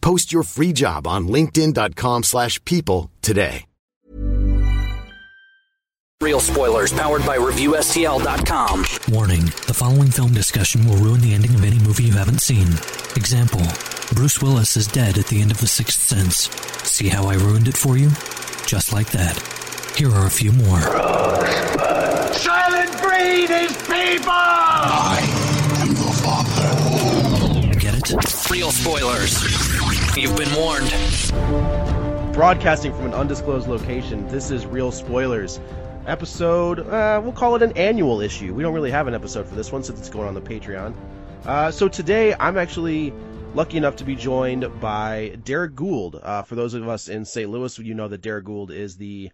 Post your free job on linkedin.com/people slash people today. Real spoilers powered by ReviewSTL.com. Warning the following film discussion will ruin the ending of any movie you haven't seen. Example Bruce Willis is dead at the end of The Sixth Sense. See how I ruined it for you? Just like that. Here are a few more. Silent breed is people! I am your father. Get it? Real spoilers. You've been warned. Broadcasting from an undisclosed location, this is Real Spoilers. Episode, uh, we'll call it an annual issue. We don't really have an episode for this one since it's going on the Patreon. Uh, so today, I'm actually lucky enough to be joined by Derek Gould. Uh, for those of us in St. Louis, you know that Derek Gould is the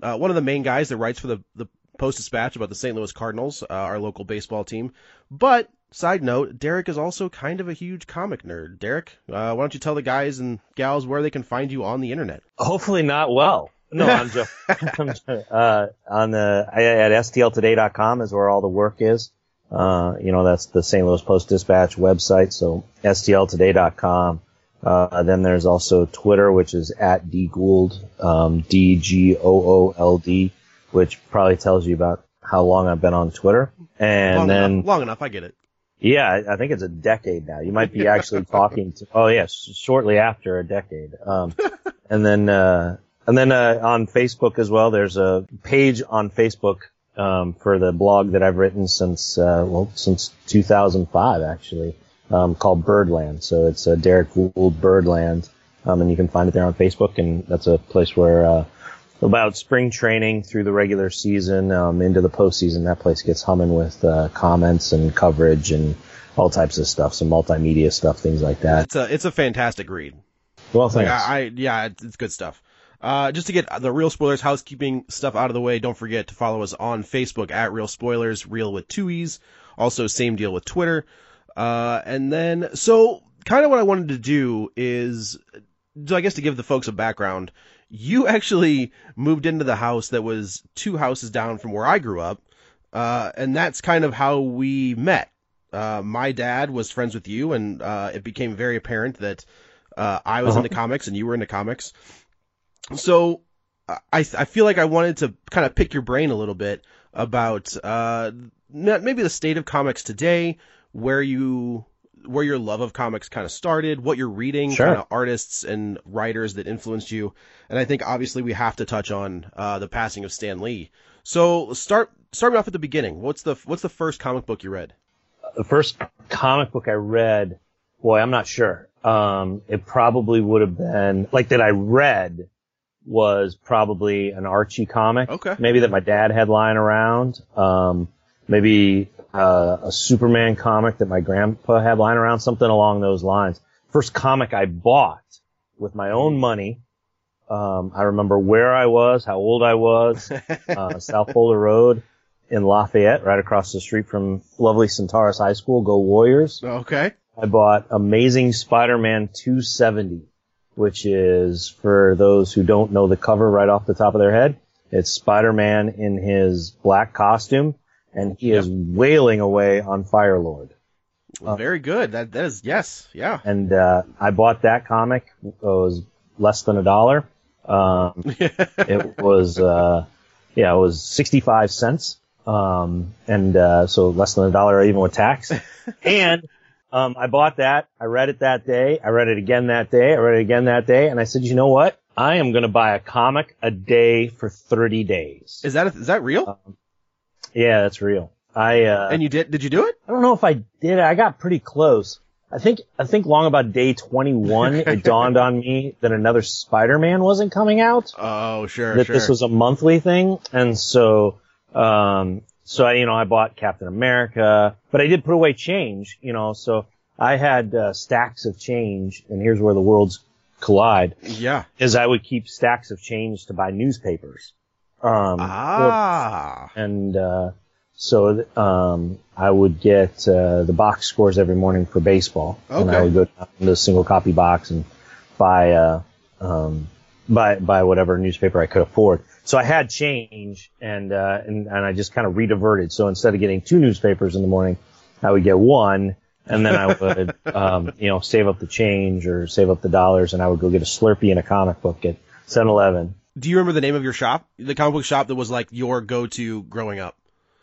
uh, one of the main guys that writes for the, the Post Dispatch about the St. Louis Cardinals, uh, our local baseball team. But, side note, Derek is also kind of a huge comic nerd. Derek, uh, why don't you tell the guys and gals where they can find you on the internet? Hopefully not well. No, I'm joking. I'm joking. uh, on the I- at stltoday.com is where all the work is. Uh, you know, that's the St. Louis Post Dispatch website. So stltoday.com. Uh, then there's also Twitter, which is at D Gould, um, D G O O L D, which probably tells you about how long I've been on Twitter. And long then enough, long enough, I get it. yeah, I- I think it's a decade now. You might be actually talking to. Oh yeah, sh- shortly after a decade. Um, and then uh, and then uh, on Facebook as well. There's a page on Facebook um, for the blog that I've written since uh, well since 2005 actually, um, called Birdland. So it's uh, Derek Gould Birdland, um, and you can find it there on Facebook. And that's a place where. Uh, about spring training through the regular season um, into the postseason. That place gets humming with uh, comments and coverage and all types of stuff, some multimedia stuff, things like that. It's a, it's a fantastic read. Well, thanks. Yeah, I, yeah, it's, it's good stuff. Uh, just to get the real spoilers housekeeping stuff out of the way, don't forget to follow us on Facebook at Real Spoilers, Real with two E's. Also, same deal with Twitter. Uh, and then, so kind of what I wanted to do is, so I guess to give the folks a background, you actually moved into the house that was two houses down from where I grew up. Uh, and that's kind of how we met. Uh, my dad was friends with you, and uh, it became very apparent that uh, I was into comics and you were into comics. So I I feel like I wanted to kind of pick your brain a little bit about uh, not- maybe the state of comics today, where you where your love of comics kind of started, what you're reading, Sure. kind of artists and writers that influenced you, and I think obviously we have to touch on uh, the passing of Stan Lee. So start start me off at the beginning. What's the what's the first comic book you read? the first comic book I read, boy, I'm not sure. Um, it probably would have been like that I read was probably an Archie comic. Okay. Maybe that my dad had lying around. Um, maybe uh, a Superman comic that my grandpa had lying around, something along those lines. First comic I bought with my own money. Um, I remember where I was, how old I was, uh, South Boulder Road in Lafayette, right across the street from lovely Centaurus High School. Go Warriors! Okay. I bought Amazing Spider-Man 270, which is for those who don't know the cover right off the top of their head. It's Spider-Man in his black costume, and he is wailing away on Firelord. Very good. That that is yes, yeah. And uh, I bought that comic. It was less than a dollar. Um, it was uh, yeah, it was sixty five cents, um, and uh, so less than a dollar even with tax. and um, I bought that. I read it that day. I read it again that day. I read it again that day, and I said, you know what? I am going to buy a comic a day for 30 days. Is that is that real? Uh, Yeah, that's real. I, uh, and you did? Did you do it? I don't know if I did. I got pretty close. I think I think long about day 21, it dawned on me that another Spider-Man wasn't coming out. Oh, sure, that sure. this was a monthly thing, and so um, so I you know I bought Captain America, but I did put away change, you know, so I had uh, stacks of change, and here's where the worlds collide yeah. is I would keep stacks of change to buy newspapers. Um, Ah. and uh, so th- um, I would get uh, the box scores every morning for baseball, and I Okay. would go down to the single copy box and buy uh, um, buy buy whatever newspaper I could afford. So I had change, and uh, and and I just kind of rediverted. So instead of getting two newspapers in the morning, I would get one. and then I would, um, you know, save up the change or save up the dollars, and I would go get a Slurpee and a comic book at 7-Eleven. Do you remember the name of your shop? The comic book shop that was like your go-to growing up.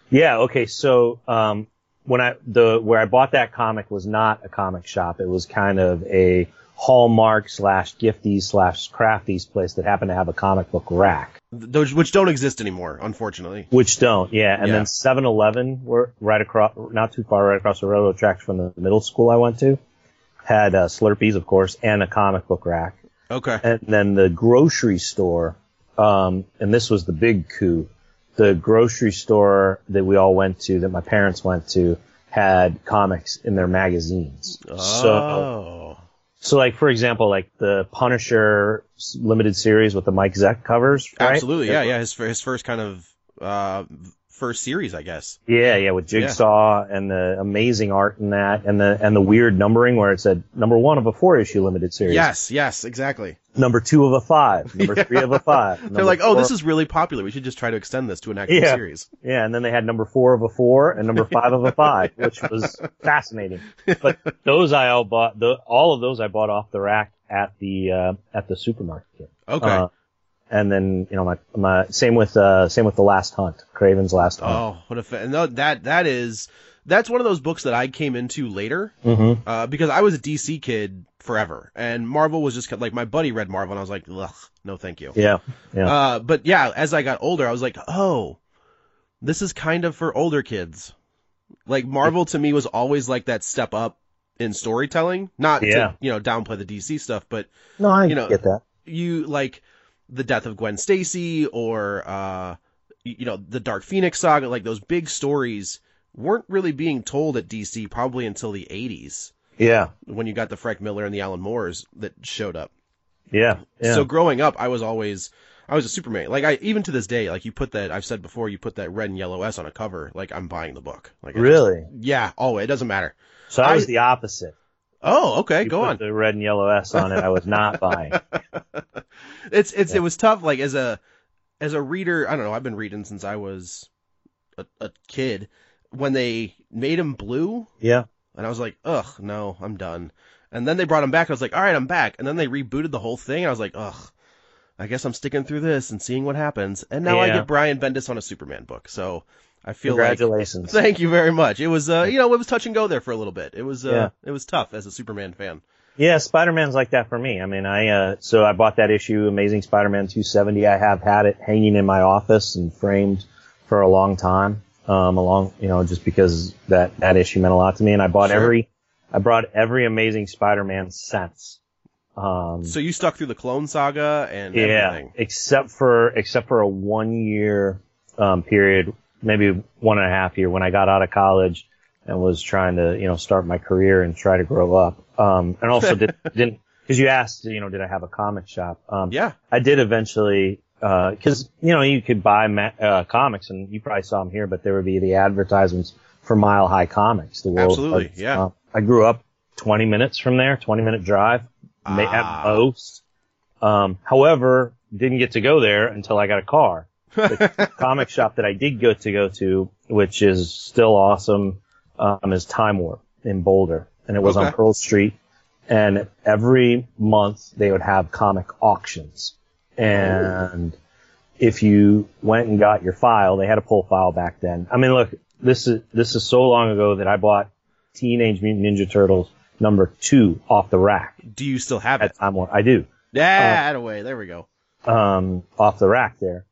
Yeah. Okay. So, um, when I, the, where I bought that comic was not a comic shop. It was kind of a Hallmark slash gifties slash crafties place that happened to have a comic book rack, Those which don't exist anymore, unfortunately. which don't. Yeah. And Yeah. then 7-Eleven were right across, not too far, right across the railroad tracks from the middle school I went to had uh, Slurpees, of course, and a comic book rack. Okay. and then the grocery store, um, and this was the big coup. The grocery store that we all went to, that my parents went to, had comics in their magazines. So, oh. so like for example, like the Punisher s- limited series with the Mike Zeck covers, right? Absolutely. Yeah. Yeah. His fir- his first kind of uh first series, I guess. Yeah, yeah, with Jigsaw and the amazing art in that, and the and the weird numbering where it said number one of a four issue limited series, Yes. Yes. Exactly. number two of a five, number three of a five. They're like, oh, this is really popular. We should just try to extend this to an actual Yeah. series. Yeah, and then they had number four of a four and number five of a five, which was fascinating. But those I all bought, the, all of those I bought off the rack at the uh, at the supermarket. Okay. Uh, and then you know my my same with uh, same with the Last Hunt, Craven's Last Hunt. Oh, what a fa- no! That that is that's one of those books that I came into later Mm-hmm. uh, because I was a DC kid forever, and Marvel was just kind- like my buddy read Marvel, and I was like, Ugh, no, thank you. Yeah, yeah, Uh, but yeah, as I got older, I was like, oh, this is kind of for older kids. Like Marvel to me was always like that step up in storytelling, not Yeah. to you know downplay the DC stuff, but no, I you know, get that. you like the death of Gwen Stacy or uh y- you know the Dark Phoenix saga like those big stories weren't really being told at DC probably until the 80s Yeah, when you got the Frank Miller and the Alan Moores that showed up. yeah, yeah. So growing up I was always I was a Superman. Like I even to this day like you put that I've said before you put that red and yellow S on a cover like I'm buying the book. Like I just- really, yeah, oh it doesn't matter. so I was I- the opposite. Oh, okay, You go put on. The red and yellow S on it, I was not buying. it's it's it was tough like as a as a reader i don't know i've been reading since i was a, a kid when they made him blue Yeah, and i was like ugh no i'm done and then they brought him back i was like all right i'm back and then they rebooted the whole thing and i was like ugh i guess i'm sticking through this and seeing what happens and now i Yeah. get brian bendis on a superman book so i feel like congratulations. thank you very much it was uh you know it was touch and go there for a little bit it was uh Yeah. it was tough as a superman fan Yeah, Spider Man's like that for me. I mean, I uh, so I bought that issue, Amazing Spider Man 270. I have had it hanging in my office and framed for a long time. Um, along, you know, just because that that issue meant a lot to me, and I bought Sure. every, I brought every Amazing Spider Man since. Um, so you stuck through the clone saga and yeah, everything except for except for a one year um, period, maybe one and a half year when I got out of college and was trying to you know start my career and try to grow up. Um, and also did, didn't because you asked you know did I have a comic shop? Um, yeah I did eventually because you know you could buy ma- uh, comics and you probably saw them here, but there would be the advertisements for Mile High Comics. The world Absolutely, of- yeah. uh, I grew up 20 minutes from there, 20 minute drive ma- Ah. at most. Um, however, didn't get to go there until I got a car. The comic shop that I did go to go to, which is still awesome, um, is Time Warp in Boulder, and it was on Okay. Pearl Street. And every month they would have comic auctions, and if you went and got your file, they had a pull file back then. I mean, look, this is this is so long ago that I bought Teenage Mutant Ninja Turtles number two off the rack do you still have it at Time Warp. I do. uh, Yeah, Attaway. There we go. um, off the rack there.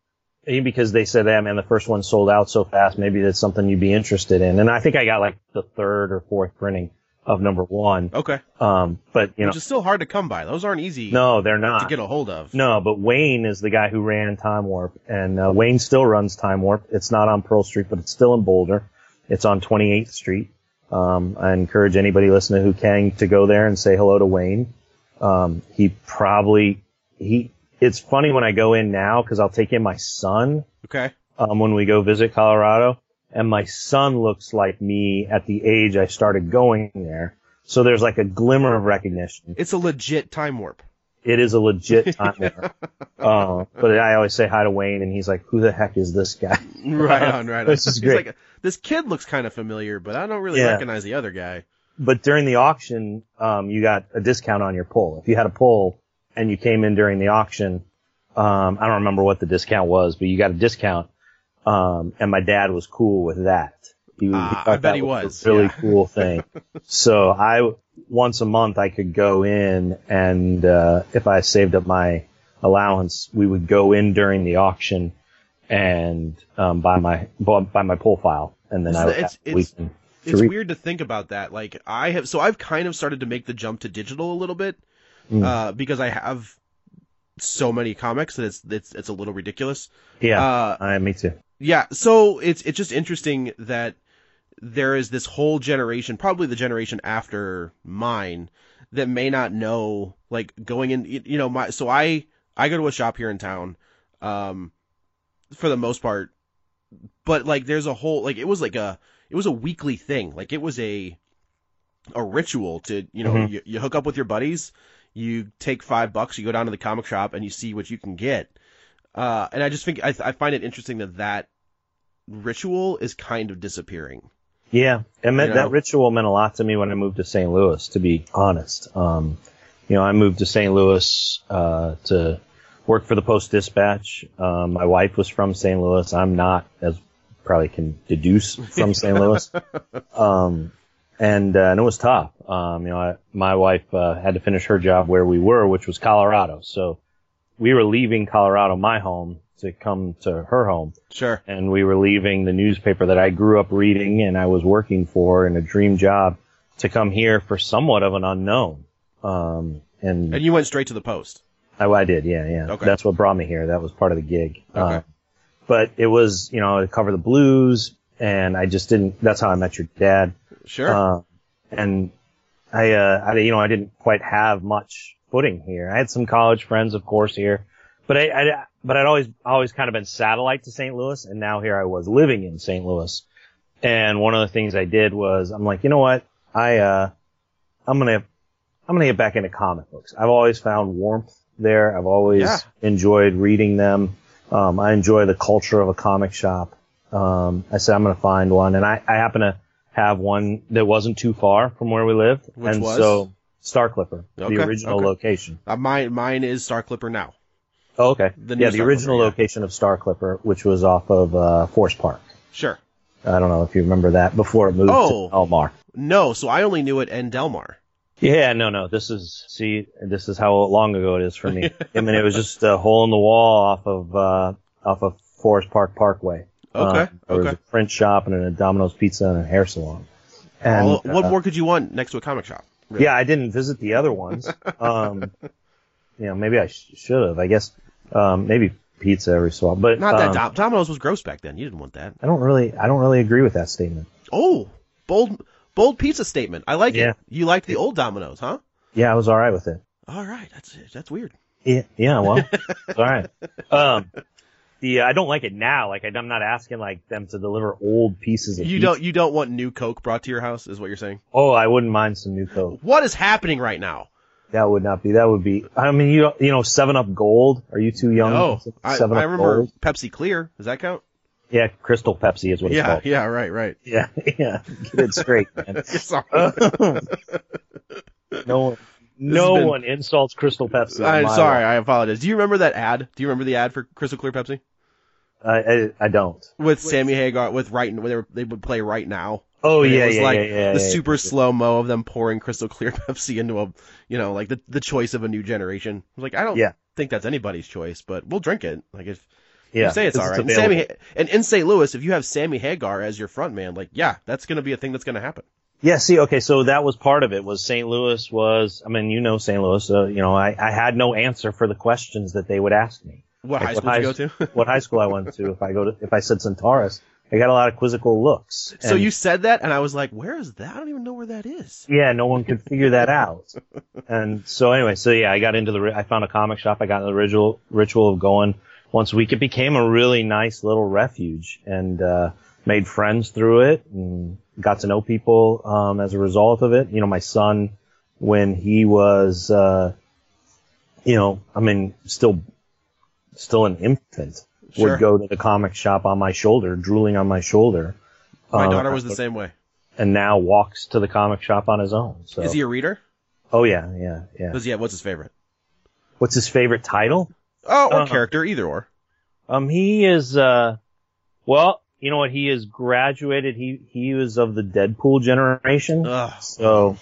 And Because they said, yeah, man, the first one sold out so fast. Maybe that's something you'd be interested in. And I think I got like the third or fourth printing of number one. Okay. Um, but you know, Which is still hard to come by. Those aren't easy no, they're to not. get a hold of. No, but Wayne is the guy who ran Time Warp, and uh, Wayne still runs Time Warp. It's not on Pearl Street, but it's still in Boulder. It's on 28th Street. Um, I encourage anybody listening who can to go there and say hello to Wayne. Um, he probably he. It's funny when I go in now because I'll take in my son Okay. um, when we go visit Colorado, and my son looks like me at the age I started going there. So there's like a glimmer of recognition It's a legit time warp. it is a legit time warp. Uh, but I always say hi to Wayne, and he's like, "Who the heck is this guy?" Right on, right on. This is He's great. like, this kid looks kind of familiar, but I don't really Yeah. recognize the other guy. but during the auction, um, you got a discount on your pull. If you had a pull and you came in during the auction, um, I don't remember what the discount was, but you got a discount. Um, and my dad was cool with that. He, he Ah, I thought bet he was, a really yeah. cool thing. so I once a month I could go in and uh, if I saved up my allowance, we would go in during the auction and um, buy my buy my pull file, and then It's I the- would it's- have the it's- weekend to It's read. weird to think about that. Like I have, so I've kind of started to make the jump to digital a little bit, Mm. uh, because I have so many comics that it's it's it's a little ridiculous. Yeah, Uh, I, me too. Yeah, so it's it's just interesting that there is this whole generation, probably the generation after mine, that may not know like going in. y- You know, my so I I go to a shop here in town, um, for the most part, but like there's a whole like it was like a it was a weekly thing. Like it was a a ritual to you know Mhm. you, you hook up with your buddies, you take five bucks, you go down to the comic shop and you see what you can get. Uh, and I just think I, I find it interesting that that ritual is kind of disappearing. Yeah, it meant You know? that ritual meant a lot to me when I moved to St. Louis. To be honest, um, you know, I moved to St. Louis uh, to work for the Post Dispatch. Um, my wife was from St. Louis. I'm not, as probably can deduce from St. Louis. Um, and uh, and it was tough. Um, you know, I, my wife uh, had to finish her job where we were, which was Colorado. So we were leaving Colorado, my home, to come to her home Sure. and we were leaving the newspaper that I grew up reading and I was working for in a dream job to come here for somewhat of an unknown. Um, and And you went straight to the post. I, I did, yeah, yeah. Okay. That's what brought me here. That was part of the gig. Okay. Um, but it was, you know, to cover the blues, and I just didn't. That's how I met your dad. Sure. Uh, and I, uh, I, you know, I didn't quite have much footing here. I had some college friends, of course, here, but I, I but I'd always, always kind of been satellite to St. Louis, and now here I was living in St. Louis. And one of the things I did was, I'm like, you know what, I, uh, I'm gonna, I'm gonna get back into comic books. I've always found warmth there. I've always Yeah. enjoyed reading them. Um, I enjoy the culture of a comic shop. Um, I said I'm gonna find one, and I, I happen to have one that wasn't too far from where we lived, Which and was? so Star Clipper, Okay, the original okay. location. Uh, mine mine is Star Clipper now. Oh, okay. The new yeah, the Star original Clipper, yeah. location of Star Clipper, which was off of uh, Forest Park. Sure. I don't know if you remember that before it moved Oh. to Elmar. No, so I only knew it in Delmar. Yeah, no, no. This is see, this is how long ago it is for me. I mean, it was just a hole in the wall off of uh, off of Forest Park Parkway. Okay, Um, there was okay. a print shop and a Domino's Pizza and a hair salon. And All- what uh, more could you want next to a comic shop? really? Yeah, I didn't visit the other ones. Um, you know, maybe I sh- should have. I guess um, maybe pizza every so often, but Not that um, Dom- Domino's was gross back then. You didn't want that. I don't really, I don't really agree with that statement. Oh, bold bold pizza statement. I like Yeah. it. You liked the old Domino's, huh? Yeah, I was all right with it. All right, that's that's weird. Yeah, yeah, well, it's all right. Um, the I don't like it now. Like I, am not asking like them to deliver old pieces of You pizza. don't you don't want new Coke brought to your house, is what you're saying? Oh, I wouldn't mind some new Coke. What is happening right now? That would not be. That would be. I mean, you you know, Seven Up Gold. Are you too young? Oh, Um, Seven I, I Up remember Gold. Pepsi Clear. Does that count? Yeah, Crystal Pepsi is what it's Yeah, called. yeah, right, right. Yeah, yeah. Get it straight, man. Sorry. no one, no been- one insults Crystal Pepsi. in I'm my sorry. life. I apologize. Do you remember that ad? Do you remember the ad for Crystal Clear Pepsi I, I, I don't. with Sammy Hagar with right? Where they, were, they would play right now Oh And yeah, it was yeah, like yeah, yeah, the yeah, super yeah. slow mo of them pouring crystal clear Pepsi into a, you know, like the the choice of a new generation. I was like, I don't Yeah. think that's anybody's choice, but we'll drink it. Like if Yeah, you say it's all because right, and available. Sammy and in St. Louis, if you have Sammy Hagar as your front man, like yeah, that's gonna be a thing that's gonna happen. Yeah, see, okay, so that was part of it. Was St. Louis was? I mean, you know, St. Louis. Uh, you know, I, I had no answer for the questions that they would ask me. What high Like, school did you go to? what high school I went to? If I go to, if I said Centaurus, I got a lot of quizzical looks. so And, you said that, and I was like, where is that? I don't even know where that is. yeah, no one could figure that out. And so anyway, so yeah, I got into the. ri- I found a comic shop. I got into the ritual ritual of going once a week. It became a really nice little refuge, and uh, made friends through it, and got to know people um, as a result of it. You know, my son when he was, uh, you know, I mean, still still an infant Sure. would go to the comic shop on my shoulder, drooling on my shoulder. My Um, daughter was the same way. and now walks to the comic shop on his own. So. Is he a reader? Oh yeah, yeah, yeah. Does he have what's his favorite? What's his favorite title? Oh, or Uh-huh. character, either or. Um, he is. Uh, well, you know what? He is graduated. He he was of the Deadpool generation. Ugh, So,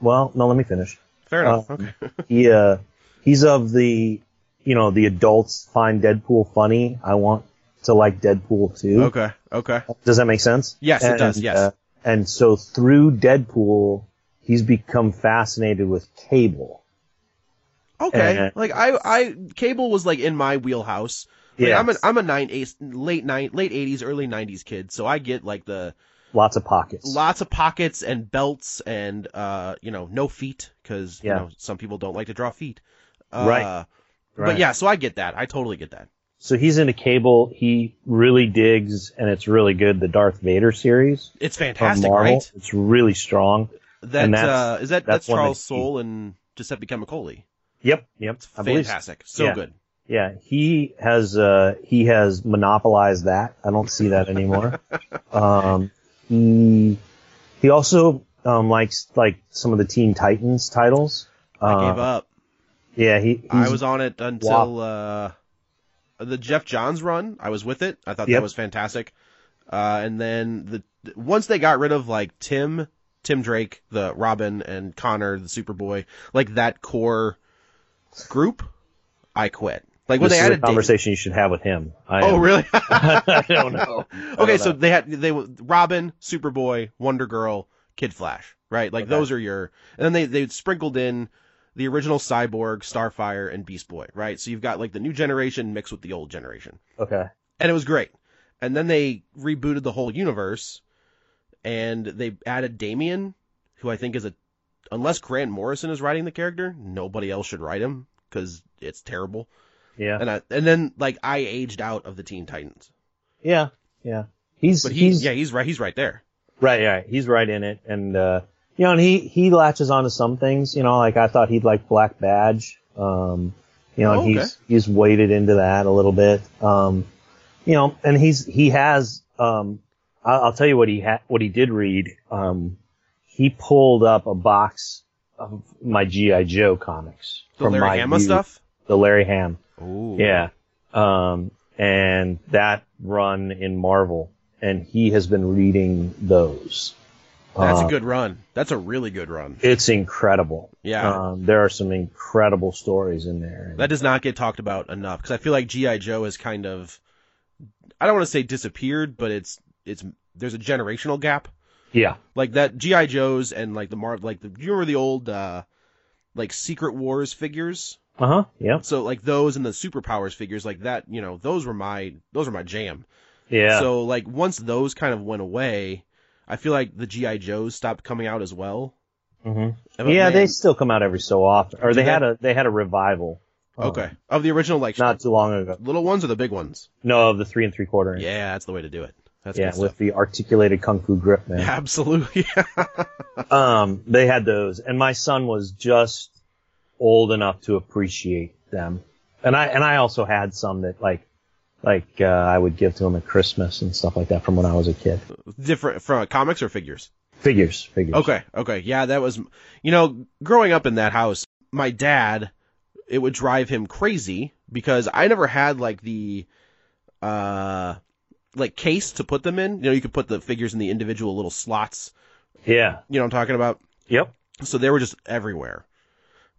well, no, let me finish. fair enough. uh, okay. He uh, he's of the, you know, the adults find Deadpool funny. I want to like Deadpool too. okay. Okay. Does that make sense? Yes, it does, yes. uh, and so through Deadpool, he's become fascinated with Cable. Okay. And- like I, I cable was like in my wheelhouse. Like, Yes. I'm an I'm a nine eight late nine late eighties early nineties kid, so I get like the Lots of pockets. lots of pockets and belts and uh you know no feet because Yeah. you know some people don't like to draw feet. Uh, Right. But Right. yeah, so I get that. I totally get that. So he's into Cable. He really digs, and it's really good. The Darth Vader series It's from fantastic, Marvel. right? It's really strong. That and that's- uh, is that that's, that's one Charles that he- Soule and Giuseppe Camicoli. Yep, yep. It's I believe so. fantastic. So Yeah. good. Yeah, he has uh, he has monopolized that. I don't see that anymore. um, he he also um, likes like some of the Teen Titans titles. I gave Uh, up. Yeah, he. I he's- was on it until uh, the Jeff Johns run. I was with it. I thought that Yep. was fantastic. Uh, and then the once they got rid of like Tim, Tim Drake, the Robin and Connor, the Superboy, like that core group, I quit. Like when this they is added a David- conversation you should have with him. I Oh am- really? I don't know. okay, so they had they were- Robin, Superboy, Wonder Girl, Kid Flash, right? Like those are your, and then they they sprinkled in the original Cyborg, Starfire, and Beast Boy, right? So you've got like the new generation mixed with the old generation, Okay. and it was great. And then they rebooted the whole universe, and they added Damien, who I think is a, unless Grant Morrison is writing the character, nobody else should write him because it's terrible. Yeah. And I and then like I aged out of the Teen Titans, yeah. Yeah. He's but he he's yeah he's right he's right there. Right, right. He's right in it, and uh, you know, and he he latches onto some things. You know, like I thought he'd like Black Badge. Um, you know, Oh, and he's he's waded into that a little bit. Um, you know, and he's he has. Um, I, I'll tell you what he ha- what he did read. Um, he pulled up a box of my GI Joe comics The Larry Hama youth. stuff? the Larry Ham. Ooh. Yeah. Um, and that run in Marvel, and he has been reading those. That's Uh, a good run. That's a really good run. It's incredible. Yeah. Um, there are some incredible stories in there. That does not get talked about enough because I feel like GI Joe has kind of I don't want to say disappeared, but it's it's there's a generational gap. yeah. Like that GI Joes and like the Mar like the you remember the old uh like Secret Wars figures? Uh huh. Yep. So like those and the superpowers figures like that, you know, those were my those were my jam. Yeah. So like once those kind of went away, I feel like the GI Joes stopped coming out as well. Mhm. But Yeah, they man- still come out every so often, or Do they they? had a they had a revival. um, Okay. Of the original like Not too long ago. little ones or the big ones? No, of the three and three quarter inch. Yeah, that's the way to do it. That's Yeah, good with stuff. the articulated kung fu grip, man. Absolutely. Um, they had those, and my son was just old enough to appreciate them. And I and I also had some that like like uh, I would give to him at Christmas and stuff like that from when I was a kid. Different from comics or figures? Figures, figures. Okay, okay. Yeah, that was, you know, growing up in that house, my dad, it would drive him crazy because I never had like the, uh, like case to put them in. You know, you could put the figures in the individual little slots. Yeah. You know what I'm talking about? Yep. So they were just everywhere.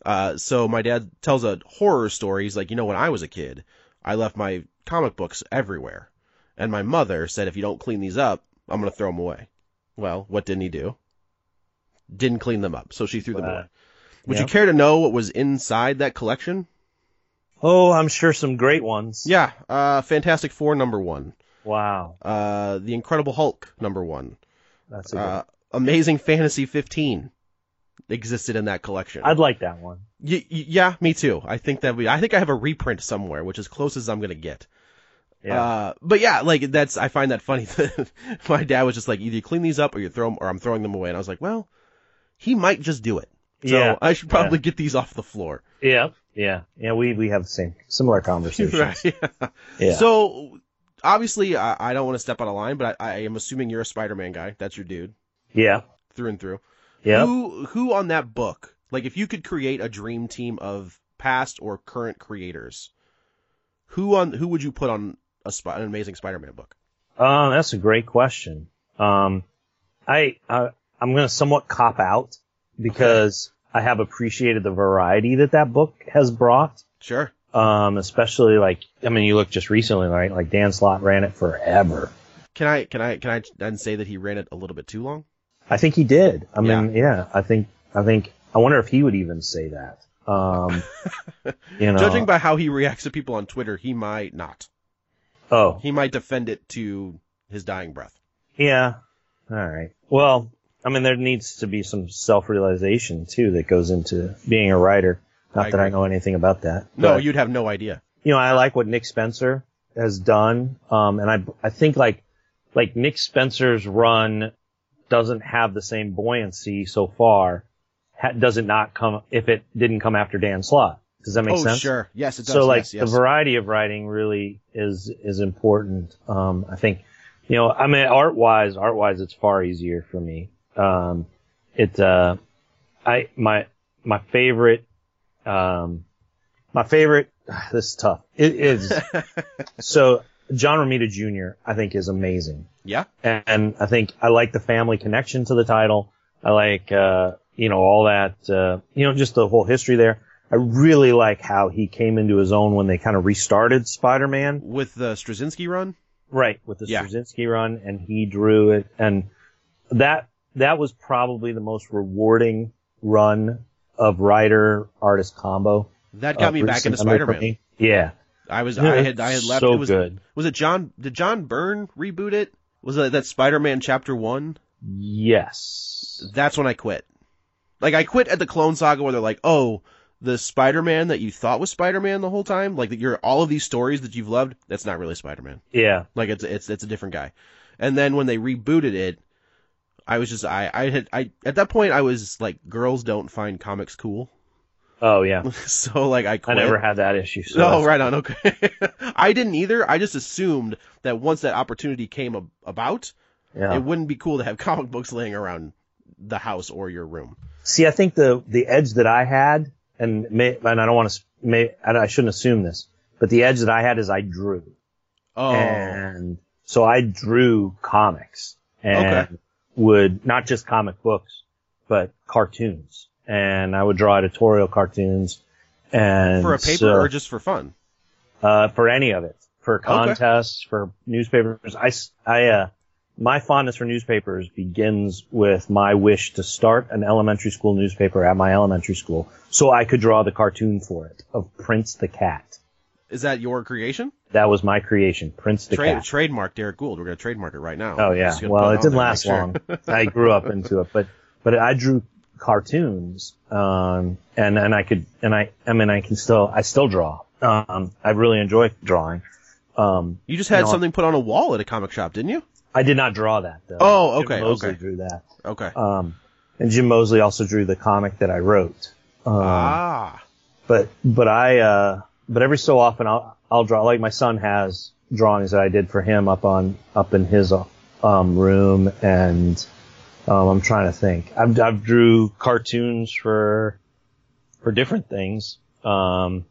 Uh, so my dad tells a horror story. He's like, you know, when I was a kid, I left my comic books everywhere, and my mother said, if you don't clean these up, I'm gonna throw them away. Well, what didn't he do? Didn't clean them up, so she threw them Wow. away. Would Yep. you care to know what was inside that collection? Oh, I'm sure some great ones. Yeah, uh, Fantastic Four number one, Wow. uh, The Incredible Hulk number one, That's a good uh, Amazing Fantasy 15 existed in that collection. I'd like that one. Y- y- yeah, me too. I think that we. I think I have a reprint somewhere, which is close as I'm gonna get. Yeah. Uh, but yeah, like that's I find that funny. that My dad was just like, either you clean these up or you throw them, or I'm throwing them away. And I was like, well, he might just do it. So Yeah. I should probably get these off the floor. yeah. Yeah. Yeah. We, we have the same, similar conversations. Right. Yeah. So obviously, I, I don't want to step out of line, but I, I am assuming you're a Spider-Man guy. That's your dude yeah. through and through. Yeah. Who who on that book? Like, if you could create a dream team of past or current creators, who on who would you put on a Spi- an amazing Spider-Man book? Um, that's a great question. Um, I, I I'm going to somewhat cop out because I have appreciated the variety that that book has brought. Sure. Um, especially like, I mean, you look just recently, right? Like Dan Slott ran it forever. Can I can I can I then say that he ran it a little bit too long? I think he did. I mean, yeah, I think, I think, I wonder if he would even say that. Um, you know, Judging by how he reacts to people on Twitter, he might not. oh, He might defend it to his dying breath. Yeah. All right. Well, I mean, there needs to be some self-realization too that goes into being a writer. Not I that I agree. know anything about that. No, but, you'd have no idea. you know, I like what Nick Spencer has done, um, and I I think like like Nick Spencer's run doesn't have the same buoyancy so far. Ha- does it not come if it didn't come after Dan Slott? Does that make oh, sense? sure. Yes, it does. so like yes, yes. the variety of writing really is is important um i think you know i mean art wise art wise it's far easier for me um it uh i my my favorite um my favorite this is tough it is so john romita jr i think is amazing yeah. and, and I think I like the family connection to the title. I like, uh, you know, all that, uh, you know, just the whole history there. I really like how he came into his own when they kind of restarted Spider-Man, With the Straczynski run. right, with the Yeah. Straczynski run, and he drew it, and that that was probably the most rewarding run of writer artist combo. That got of me back recent into memory for Spider-Man. me. Yeah, I was Yeah, I had it's I had left. so it was, good. Was it John? Did John Byrne reboot it? Was it that Spider-Man Chapter One? yes, That's when I quit. Like I quit at the Clone Saga, where they're like, "Oh, the Spider-Man that you thought was Spider-Man the whole time, like that you're all of these stories that you've loved, that's not really Spider-Man. yeah, Like it's it's it's a different guy." And then when they rebooted it, I was just I I had I at that point I was like, "Girls don't find comics cool," oh yeah. so like I I quit. never had that issue. So No, that's- right on. Okay. I didn't either. I just assumed that once that opportunity came ab- about, Yeah. it wouldn't be cool to have comic books laying around the house or your room. See, I think the the edge that I had, and may, and I don't want to, may, and I shouldn't assume this, but the edge that I had is I drew, Oh, and so I drew comics and Okay. would not just comic books, but cartoons, and I would draw editorial cartoons, and for a paper so- or just for fun? uh, for any of it, for contests, for newspapers. I, s- I, uh, my fondness for newspapers begins with my wish to start an elementary school newspaper at my elementary school so I could draw the cartoon for it of Prince the Cat. Is that your creation? That was my creation, Prince the Trade Cat. trademark Derek Gould. We're gonna trademark it right now. Oh I'm yeah. just gonna Well, put it on didn't there, last make sure. long. I grew up into it, but but I drew cartoons, um, and and I could and I I mean I can still I still draw. Um, I really enjoy drawing. Um, You just had You know, something put on a wall at a comic shop, didn't you? I did not draw that though. Oh, Jim okay, Mosley okay. drew that, Okay. um, and Jim Mosley also drew the comic that I wrote. Um, ah, But but I uh, but every so often I'll I'll draw like my son has drawings that I did for him up on up in his uh, um, room, and um, I'm trying to think. I've I've drew cartoons for for different things. Um,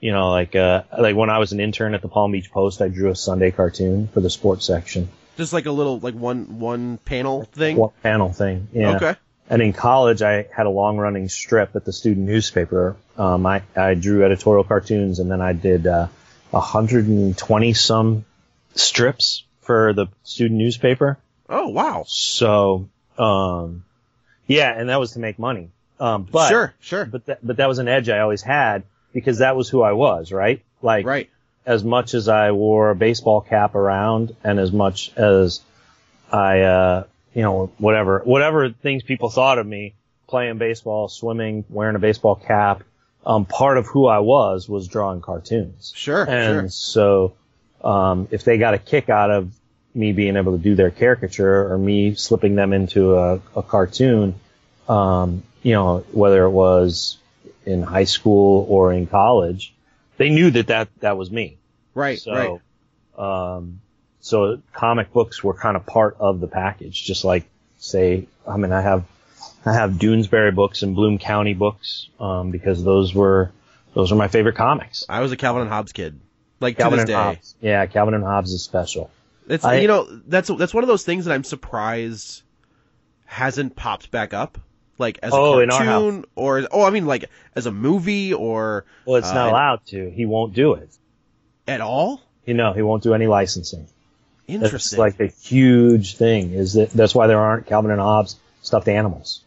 you know, like uh, like when I was an intern at the Palm Beach Post, I drew a Sunday cartoon for the sports section, Just like a little like one one panel thing. one panel thing. Yeah. Okay. And in college, I had a long running strip at the student newspaper. Um, I I drew editorial cartoons, and then I did uh, 120 some strips for the student newspaper. Oh wow. So, um, yeah, and that was to make money. Um, but sure, sure. but that, but that was an edge I always had because that was who I was, right? Like, right. as much as I wore a baseball cap around and as much as I, uh, you know, whatever, whatever things people thought of me playing baseball, swimming, wearing a baseball cap, um, part of who I was was drawing cartoons. Sure, sure. And so, um, if they got a kick out of me being able to do their caricature or me slipping them into a, a cartoon, um, you know, whether it was in high school or in college, they knew that that, that was me. Right. right. So, um, so comic books were kind of part of the package, just like say, I mean, I have, I have Doonesbury books and Bloom County books, um, because those were, those are my favorite comics. I was a Calvin and Hobbes kid. Like Calvin to this and day. Hobbes. Yeah, Calvin and Hobbes is special. That's I- you know that's that's one of those things that I'm surprised hasn't popped back up like as Oh, a in our cartoon or oh I mean like as a movie or Well, it's uh, not allowed to. He won't do it. at all. You know, he won't do any licensing. That's Interesting. like the huge thing is that that's why there aren't Calvin and Hobbes stuffed animals.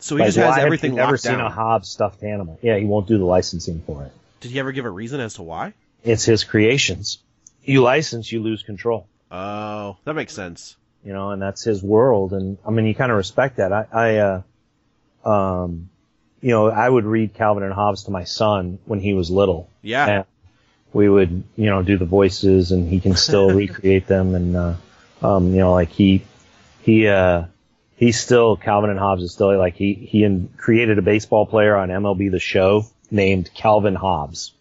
so he Like, just has why have everything you never locked seen down. a Hobbes stuffed animal. Yeah, he won't do the licensing for it. Did he ever give a reason as to why? It's his creations. You license, you lose control. Oh, that makes sense. you know, and that's his world. And I mean, you kind of respect that. I, I, uh, um, you know, I would read Calvin and Hobbes to my son when he was little. Yeah. And we would, you know, do the voices and he can still recreate them. And, uh, um, you know, like he, he, uh, he's still, Calvin and Hobbes is still like he, he in, created a baseball player on MLB the show named Calvin Hobbes.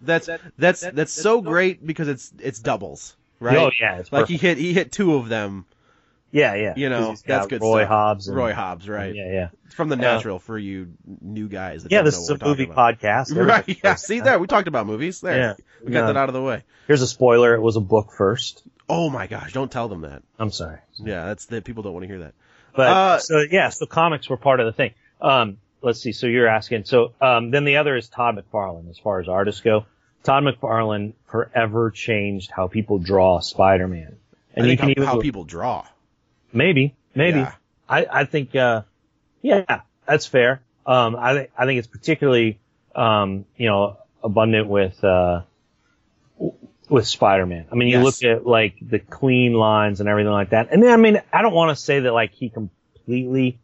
That's that's that's, so great because it's it's doubles, right? Oh, yeah. It's Like perfect. he hit he hit two of them, yeah, yeah. you know, 'Cause he's that's got good Roy stuff. Hobbs. and- Roy Hobbs, right? Yeah, yeah. From the Yeah. natural for you new guys. That Yeah, don't this know what is a we're talking movie about. podcast. Everybody Right. Yeah. knows See that. there, we talked about movies. There. Yeah. We got No. that out of the way. Here's a spoiler. It was a book first. Oh my gosh, don't tell them that. I'm sorry. Yeah, that's that people don't want to hear that. But Uh, so yeah, so comics were part of the thing. Um, let's see. So you're asking. So um, then the other is Todd McFarlane as far as artists go. Todd McFarlane forever changed how people draw Spider-Man. I think how, how people draw. Maybe, maybe. Yeah. I, I think, uh, yeah, that's fair. Um, I, thi- I think it's particularly, um, you know, abundant with, uh, w- with Spider-Man. I mean, you Yes. look at like the clean lines and everything like that. And then, I mean, I don't want to say that like he completely,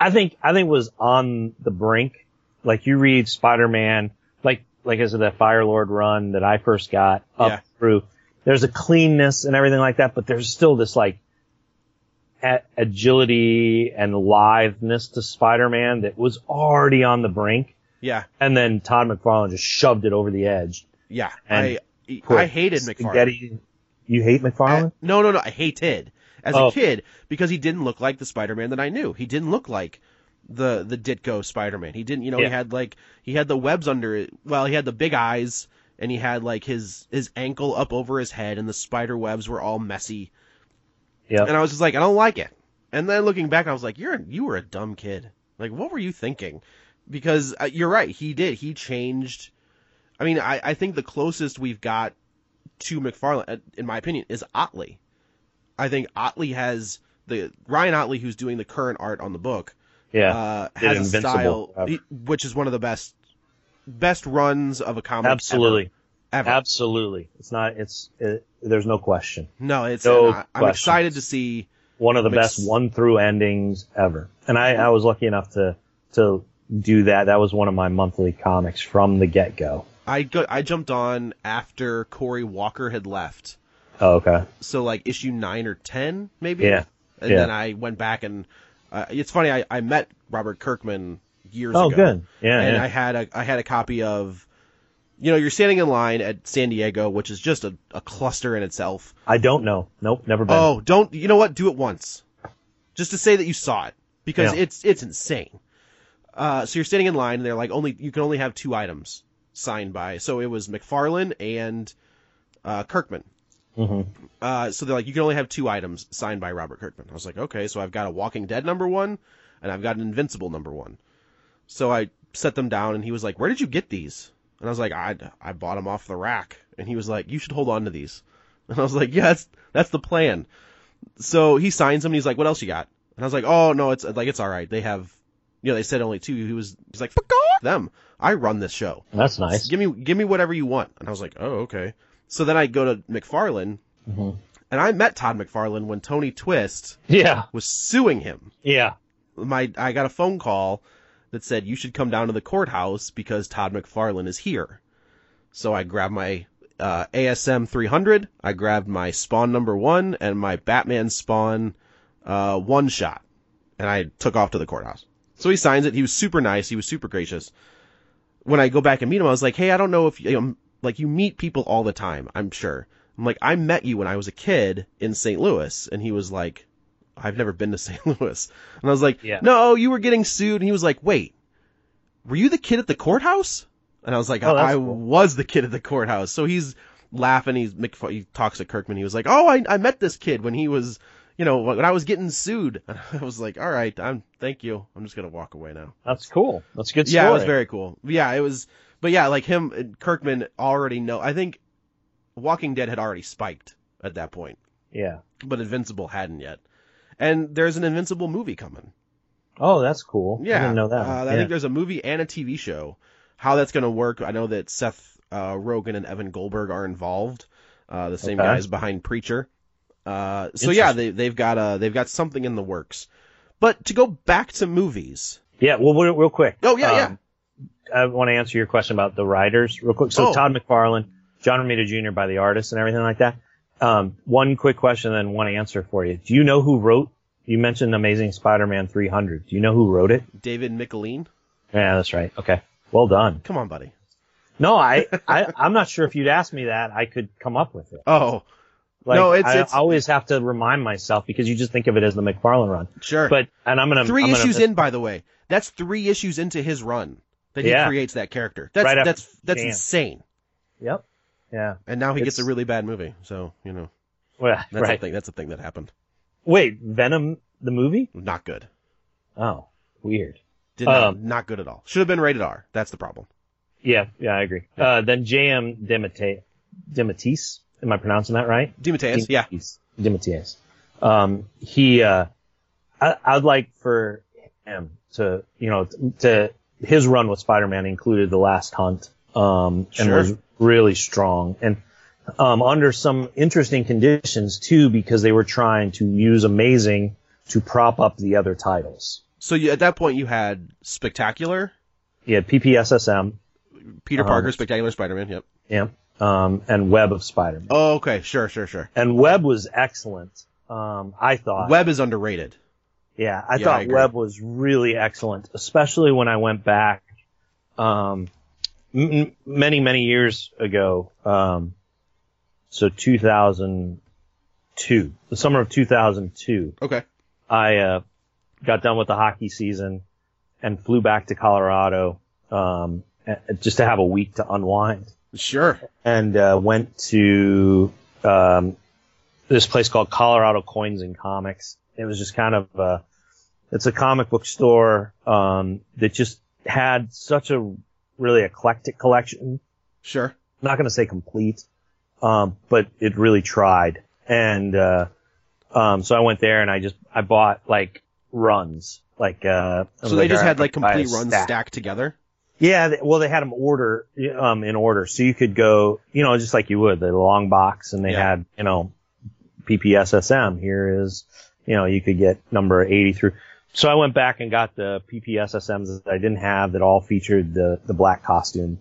I think, I think was on the brink. Like you read Spider-Man, like, like as of that Fire Lord run that I first got up Yeah. through, there's a cleanness and everything like that, but there's still this like, a- agility and litheness to Spider-Man that was already on the brink. Yeah. And then Todd McFarlane just shoved it over the edge. Yeah. And I Put I hated McFarlane. spaghetti- You hate McFarlane? No, no, no. I hated as a Oh. kid because he didn't look like the Spider-Man that I knew. He didn't look like the the Ditko Spider-Man. He didn't, you know, he Yeah. had like he had the webs under it. Well, he had the big eyes and he had like his his ankle up over his head and the spider webs were all messy. yeah. And uh, I was just like, I don't like it. And then looking back, I was like, you're you were a dumb kid. Like, what were you thinking? Because uh, you're right, he did. He changed. I mean, I, I think the closest we've got to McFarlane, uh, in my opinion, is Otley. I think Otley has the Ryan Otley, who's doing the current art on the book, yeah. uh, Did has a Invincible style forever. he- which is one of the best best runs of a comic. Absolutely. ever. ever. Absolutely. It's not, it's, it, there's no question. No, it's No and I, I'm questions. excited to see. one of the Makes- best one through endings ever. And I, I was lucky enough to to do that. That was one of my monthly comics from the get go. I go, I jumped on after Corey Walker had left, Oh, okay. so like issue nine or ten maybe. Yeah. And Yeah. then I went back and uh, it's funny I, I met Robert Kirkman years Oh, ago. good. Yeah, And yeah. I had a I had a copy of, you know, you're standing in line at San Diego, which is just a, a cluster in itself. I don't know. Nope, never been. Oh, don't you know what? Do it once, just to say that you saw it because Yeah. it's it's insane. Uh, so you're standing in line, and they're like, only you can only have two items. signed by. So it was McFarlane and uh, Kirkman. Mm-hmm. Uh, so they're like, you can only have two items signed by Robert Kirkman. I was like, okay, so I've got a Walking Dead number one, and I've got an Invincible number one. So I set them down, and he was like, where did you get these? And I was like, I I bought them off the rack. And he was like, you should hold on to these. And I was like, yeah, that's that's the plan. So he signs them, and he's like, what else you got? And I was like, oh no, it's like it's all right. They have, you know, they said only two. He was he's like, fuck off them. I run this show. That's nice. Give me give me whatever you want. And I was like, oh, okay. So then I go to McFarlane, and I met Todd McFarlane when Tony Twist Yeah. was suing him. Yeah. My I got a phone call that said you should come down to the courthouse because Todd McFarlane is here. So I grabbed my uh, ASM 300, I grabbed my Spawn number one, and my Batman Spawn uh, one shot, and I took off to the courthouse. So he signs it. He was super nice. He was super gracious. When I go back and meet him, I was like, "Hey, I don't know if you, um, like you meet people all the time. I'm sure." I'm like, "I met you when I was a kid in St. Louis," and he was like, "I've never been to St. Louis," and I was like, Yeah. "No, you were getting sued." And he was like, "Wait, were you the kid at the courthouse?" And I was like, Oh, that's "I cool. was the kid at the courthouse." So he's laughing. He's McF- he talks to Kirkman. He was like, "Oh, I I met this kid when he was." You know, when I was getting sued, and I was like, "All right, I'm thank you. I'm just gonna walk away now." That's cool. That's a good Yeah, it was story. very cool. Yeah, it was. But yeah, like him, and Kirkman already know. I think Walking Dead had already spiked at that point, Yeah. but Invincible hadn't yet. And there's an Invincible movie coming. Oh, that's cool. Yeah, I didn't know that. Uh, Yeah. I think there's a movie and a TV show. How that's going to work, I know that Seth uh, Rogen and Evan Goldberg are involved. Uh, the same Okay. guys behind Preacher. Uh, so yeah, they, they've got uh, they've got something in the works. But to go back to movies, Yeah, well, real, real quick. Oh, yeah, yeah. I want to answer your question about the writers real quick. So Oh. Todd McFarlane, John Romita Jr. by the artist and everything like that. Um, one quick question, then one answer for you. Do you know who wrote? You mentioned Amazing Spider-Man 300. Do you know who wrote it? David Micheline, Yeah, that's right. Okay, well done. come on, buddy. No, I, I I'm not sure if you'd asked me that, I could come up with it. Oh, Like, No, it's- I it's- always have to remind myself because you just think of it as the McFarlane run. sure. But and I'm gonna 3 I'm gonna issues miss- in, by the way. That's three issues into his run that he Yeah. creates that character. That's Right after that's that's Jan. insane. Yep. Yeah. And now he gets a It's- really bad movie. So you know Well, that's a right. thing. That's a thing that happened. Wait, Venom the movie? Not good. Oh, weird. Did not, Um, not good at all. Should have been rated R. That's the problem. Yeah, yeah, I agree. Uh, then J.M. Demate, Dematis. Am I pronouncing that right? DeMatteis, yeah. Dematis. Dematis. Um, he, uh, I, I'd like for him to, you know, to his run with Spider-Man included the Last Hunt, um, and Sure. was really strong and um, under some interesting conditions too, because they were trying to use Amazing to prop up the other titles. So you, at that point, you had Spectacular, Yeah, PPSSM, Peter Uh-huh. Parker, Spectacular Spider-Man. Yep. yeah, um, and Web of Spider-Man. Oh, okay. Sure, sure, sure. and Webb was excellent. Um, I thought. Web is underrated. yeah, I Yeah, I thought agree. Webb was really excellent, especially when I went back, um, m- m- many many years ago. Um, so 2002, the summer of 2002, Okay. I uh, got done with the hockey season and flew back to Colorado um, a- just to have a week to unwind Sure. and uh, went to um, this place called Colorado Coins and Comics. It was just kind of uh it's a comic book store um, that just had such a really eclectic collection. Sure. I'm not going to say complete, um, but it really tried. And uh, um, so I went there and I just I bought like runs, like uh, I was So they just "All right, had like I'm gonna buy a complete runs stack." stacked together. Yeah, they, well, they had them order um, in order, so you could go, you know, just like you would the long box, and they Yeah. had, you know, PPSSM. Here is, you know, you could get number eighty through. So I went back and got the PPSSMs that I didn't have that all featured the the black costume,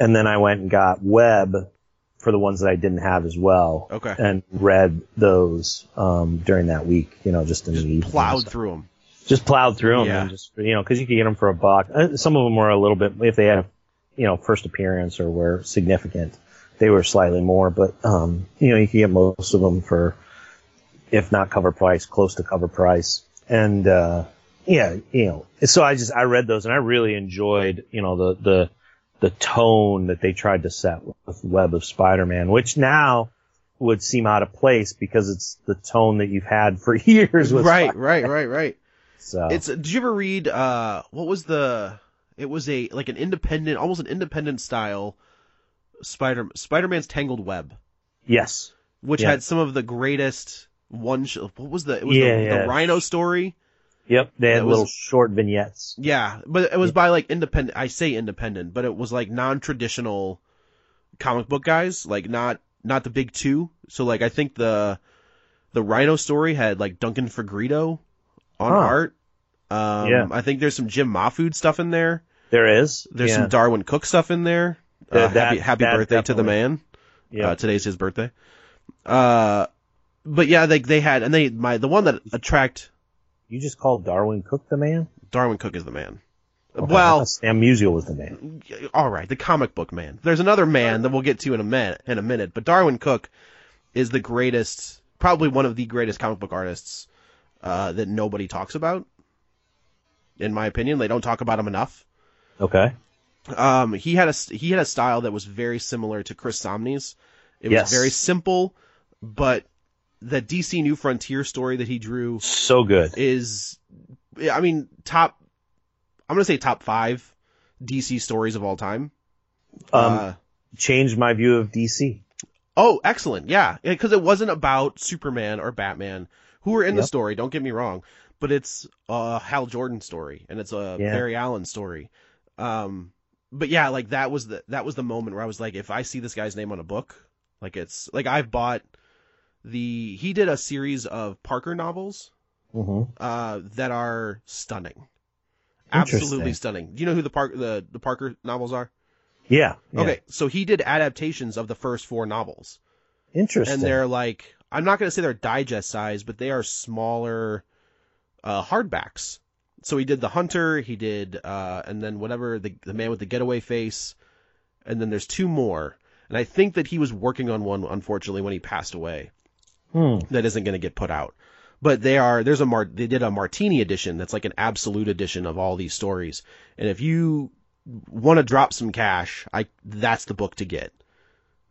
and then I went and got Web for the ones that I didn't have as well. Okay. And read those um, during that week, you know, just in the evening and Plowed stuff through them. just plowed through them Yeah. and just you know because you could get them for a buck. Uh, Some of them were a little bit if they had a you know first appearance or were significant, they were slightly more. But um, you know you could get most of them for if not cover price, close to cover price. And uh, yeah, you know so I just I read those and I really enjoyed you know the the the tone that they tried to set with Web of Spider-Man, which now would seem out of place because it's the tone that you've had for years with uh, right, Spider- right, right, right. so. It's did you ever read uh what was the it was a like an independent almost an independent style Spider Spider-Man's Tangled Web, yes. which Yeah. had some of the greatest one sh- what was the it was Yeah, the, yeah. the Rhino story? Yep. They had That was- little short vignettes. Yeah, but it was by like independent I say independent, but it was like non-traditional comic book guys, like not not the big 2. So like I think the the Rhino story had like Duncan Fagrito on Huh. art. Um Yeah. I think there's some Jim Mafood stuff in there. There is. There's yeah. some Darwin Cook stuff in there. Uh, Yeah, that- happy happy that birthday to the definitely. man. Yeah. Uh, today's his birthday. Uh, but yeah, they they had and they my the one that attract you just called Darwin Cook the man? Darwin Cook is the man. Okay, I Well, thought Sam Musial was the man. all right, the comic book man. There's another man that we'll get to in a minute. In a minute, but Darwin Cook is the greatest, probably one of the greatest comic book artists uh, that nobody talks about. In my opinion, they don't talk about him enough. Okay. um, he had a he had a style that was very similar to Chris Somney's. It was Yes. very simple, but the DC New Frontier story that he drew So good. is, I mean, top. I'm gonna say top five DC stories of all time. Um, Uh, changed my view of DC. oh, excellent! Yeah, because it wasn't about Superman or Batman, who were in the Yep. story. Don't get me wrong, but it's a Hal Jordan story and it's a Yeah. Barry Allen story. Um, but yeah, like that was the that was the moment where I was like, if I see this guy's name on a book, like it's like I've bought the he did a series of Parker novels Mm-hmm. uh that are stunning, Interesting. absolutely stunning. Do you know who the Park the the Parker novels are? Yeah, yeah. Okay, so he did adaptations of the first four novels, Interesting. and they're like I'm not gonna say they're digest size, but they are smaller uh hardbacks. So he did the Hunter, he did uh and then whatever the the man with the getaway face, and then there's two more. And I think that he was working on one, unfortunately, when he passed away. Hmm. That isn't going to get put out. But they are there's a mar- they did a Martini edition that's like an absolute edition of all these stories. And if you want to drop some cash, I that's the book to get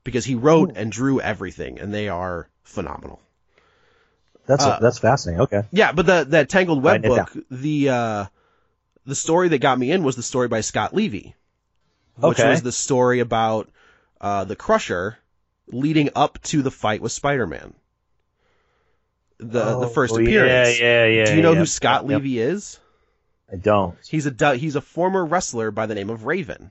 because he wrote and drew everything, and they are phenomenal. That's uh, that's fascinating. Okay. Yeah, but the that Tangled Web Write it book, the uh, the story that got me in was the story by Scott Levy, which Okay. was the story about uh, the Crusher leading up to the fight with Spider Man. The the first Oh, appearance. Yeah, yeah, yeah. Do you know yeah. who Scott Yep, yep. Levy is? I don't. He's a du- he's a former wrestler by the name of Raven.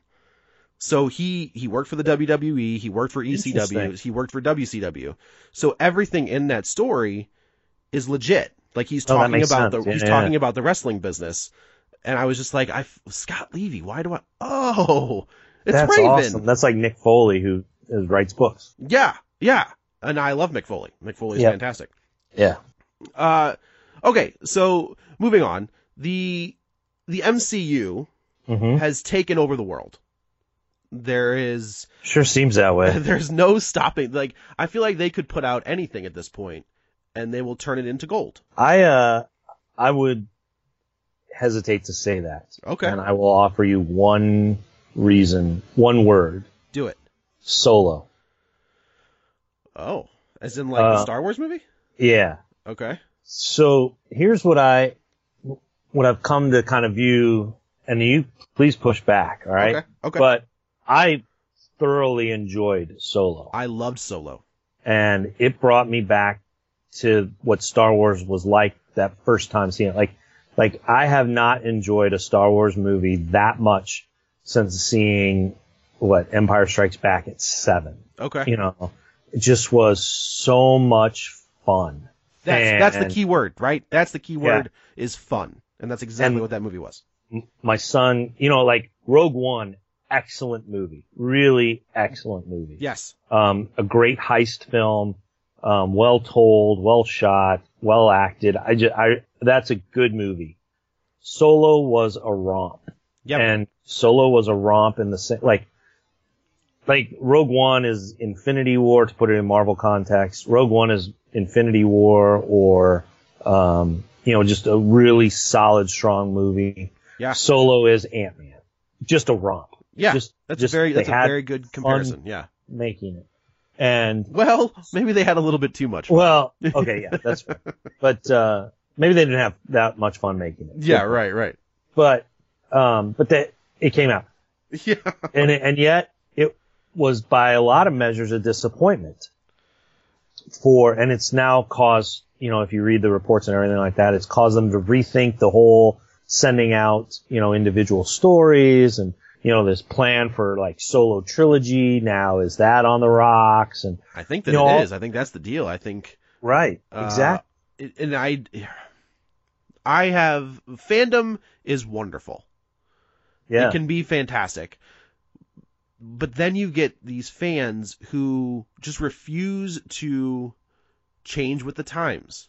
So he he worked for the WWE, he worked for ECW, Interesting. he worked for WCW. So everything in that story is legit. Like he's Oh, that talking makes about sense. the he's Yeah, talking yeah. about the wrestling business. And I was just like, I Scott Levy, why do I Oh, it's that's Raven. awesome. That's like Nick Foley who uh, writes books. Yeah. Yeah. And I love McFoley. McFoley's Yep. fantastic. Yeah. Uh, okay, so moving on. The the MCU Mm-hmm. has taken over the world. There is Sure seems that way. there's no stopping. Like I feel like they could put out anything at this point, and they will turn it into gold. I uh I would hesitate to say that. Okay. And I will offer you one reason, one word. Do it. Solo. Oh, as in like the Uh, Star Wars movie? Yeah. Okay. So here's what I what I've come to kind of view, and you please push back, all right? Okay. Okay. But I thoroughly enjoyed Solo, I loved Solo. and it brought me back to what Star Wars was like that first time seeing it. Like, like I have not enjoyed a Star Wars movie that much since seeing what Empire Strikes Back at seven. Okay. You know, it just was so much fun. that's that's the and- key word, right? That's the key word is fun, and that's exactly And- what that movie was. my son, you know, like Rogue One, excellent movie, really excellent movie. Yes. Um, a great heist film, um, well told, well shot, well acted. I just, I, that's a good movie. Solo was a romp Yep. and Solo was a romp in the same, like, like Rogue One is Infinity War to put it in Marvel context. Rogue One is Infinity War or, um, you know, just a really solid, strong movie. Yeah. Solo is Ant Man, just a romp. Yeah, Just- that's just a very they that's a had very good comparison. fun Yeah. making it. And Well, maybe they had a little bit too much. well, okay, yeah, that's fair. but uh, maybe they didn't have that much fun making it. yeah, right, right. But um, but that it came out, Yeah, and it, and yet it was by a lot of measures a disappointment. For and it's now caused you know if you read the reports and everything like that, it's caused them to rethink the whole sending out you know individual stories and you know this plan for like solo trilogy now is that on the rocks and I think that You know, it all- is. I think that's the deal. I think right uh, exactly. it- and I, I have fandom is wonderful. Yeah. It can be fantastic. But then you get these fans who just refuse to change with the times.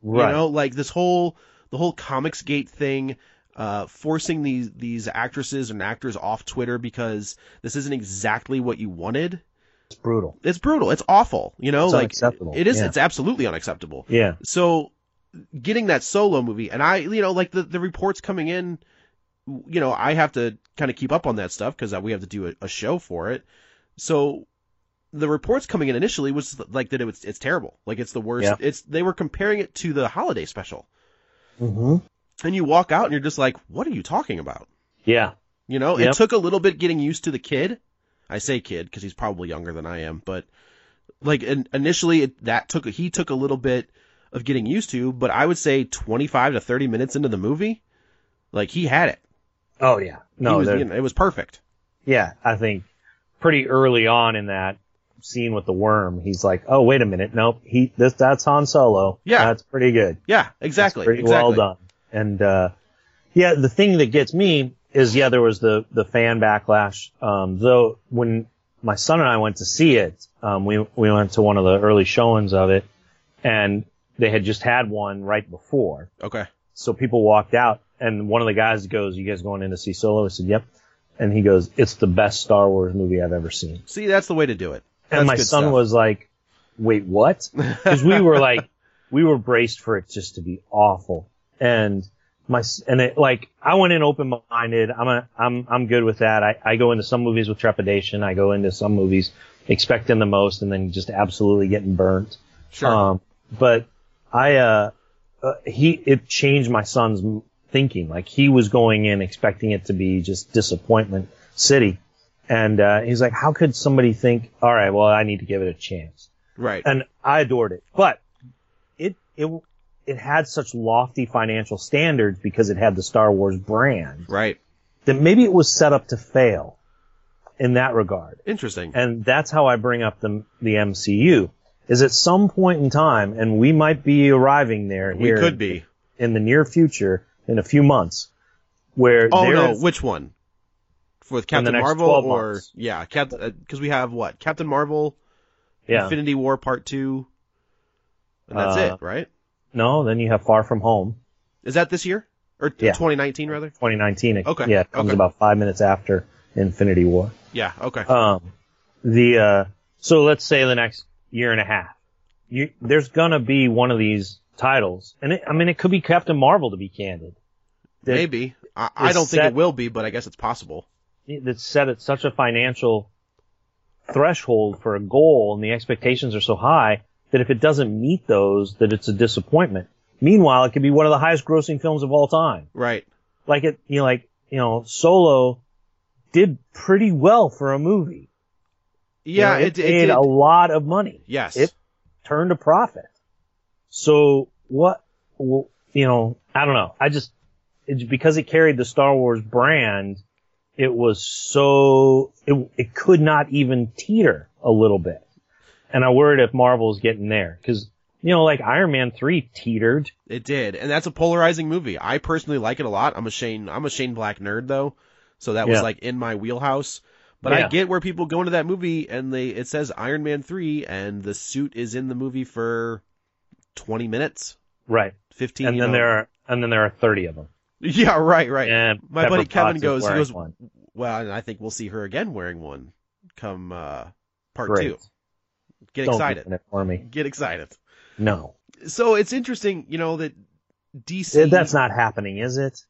right. You know, like this whole the whole comics gate thing, uh, forcing these these actresses and actors off Twitter because this isn't exactly what you wanted. it's brutal. It's brutal. It's awful. You know, It's like unacceptable, it is. yeah. It's absolutely unacceptable. Yeah. So getting that solo movie, and I, you know, like the the reports coming in, you know, I have to kind of keep up on that stuff because we have to do a, a show for it. So the reports coming in initially was like that it was it's terrible, like it's the worst. Yeah. It's they were comparing it to the holiday special, Mm-hmm. and you walk out and you're just like, what are you talking about? Yeah. You know, it Yep. took a little bit getting used to the kid. I say kid because he's probably younger than I am, but like in, initially it, that took he took a little bit of getting used to, but I would say 25 to 30 minutes into the movie, like he had it. Oh yeah. he No. was, they're- you know, it was perfect. yeah. I think pretty early on in that scene with the worm, he's like, "Oh wait a minute, nope. He this that's Han Solo. Yeah. That's pretty good. Yeah, That's exactly. pretty exactly. well done. And uh, yeah, the thing that gets me is yeah, there was the the fan backlash. Um, though when my son and I went to see it, um, we we went to one of the early showings of it, and they had just had one right before. Okay. So people walked out, and one of the guys goes, "You guys going in to see Solo?" I said, "Yep." And he goes, "It's the best Star Wars movie I've ever seen." See, that's the way to do it. That's and my good son stuff. was like, "Wait, what?" Because we were like, we were braced for it just to be awful. And my s- and it like I went in open minded. I'm a, I'm I'm good with that. I, I go into some movies with trepidation. I go into some movies expecting the most, and then just absolutely getting burnt. sure. Um, but I, uh, uh, he, it changed my son's m- thinking. Like he was going in expecting it to be just disappointment city. And, uh, he's like, how could somebody think, all right, well, I need to give it a chance. right. And I adored it, but it, it, it had such lofty financial standards because it had the Star Wars brand right. that maybe it was set up to fail in that regard Interesting. and that's how I bring up the the MCU. Is at some point in time, and we might be arriving there. we here could be. in the near future, in a few months, where Oh there no, is- which one? With the Captain next Marvel 12 or months. yeah, Captain because we have what? Captain Marvel, yeah, Infinity War Part Two, and that's Uh, it, right? no, then you have Far From Home, Is that this year or Yeah. 2019 rather? 2019. It- Okay, yeah, it comes okay. about five minutes after Infinity War. Yeah. Okay. Um, the uh, so let's say the next year and a half, you there's gonna be one of these titles, and it, I mean it could be Captain Marvel to be candid. that- Maybe. I, I is don't think it set- will be, but I guess it's possible. that's set at such a financial threshold for a goal and the expectations are so high that if it doesn't meet those, that it's a disappointment. Meanwhile, it could be one of the highest grossing films of all time. Right. Like it, you know, like, you know, Solo did pretty well for a movie. You Yeah. know, it, it, made did. a lot of money. Yes. It turned a profit. So what, well, you know, I don't know. I just, it's because it carried the Star Wars brand, it was so, it, it could not even teeter a little bit. And I worried if Marvel's getting there. Cause, you know, like Iron Man 3 teetered. It did, and that's a polarizing movie. I personally like it a lot. I'm a Shane, I'm a Shane Black nerd though, so that was Yeah. like in my wheelhouse. But I Yeah. get where people go into that movie and they it says Iron Man three, and the suit is in the movie for twenty minutes, Right. fifteen. And you then know. there are, and then there are 30 of them. yeah, right, right. And My Pepper buddy Kevin Potts is goes, he wearing goes, one. well, and I think we'll see her again wearing one come uh, part Great. two. Get Don't excited, ruin it for me. get excited. No. So it's interesting, you know that DC. That's not happening, is it?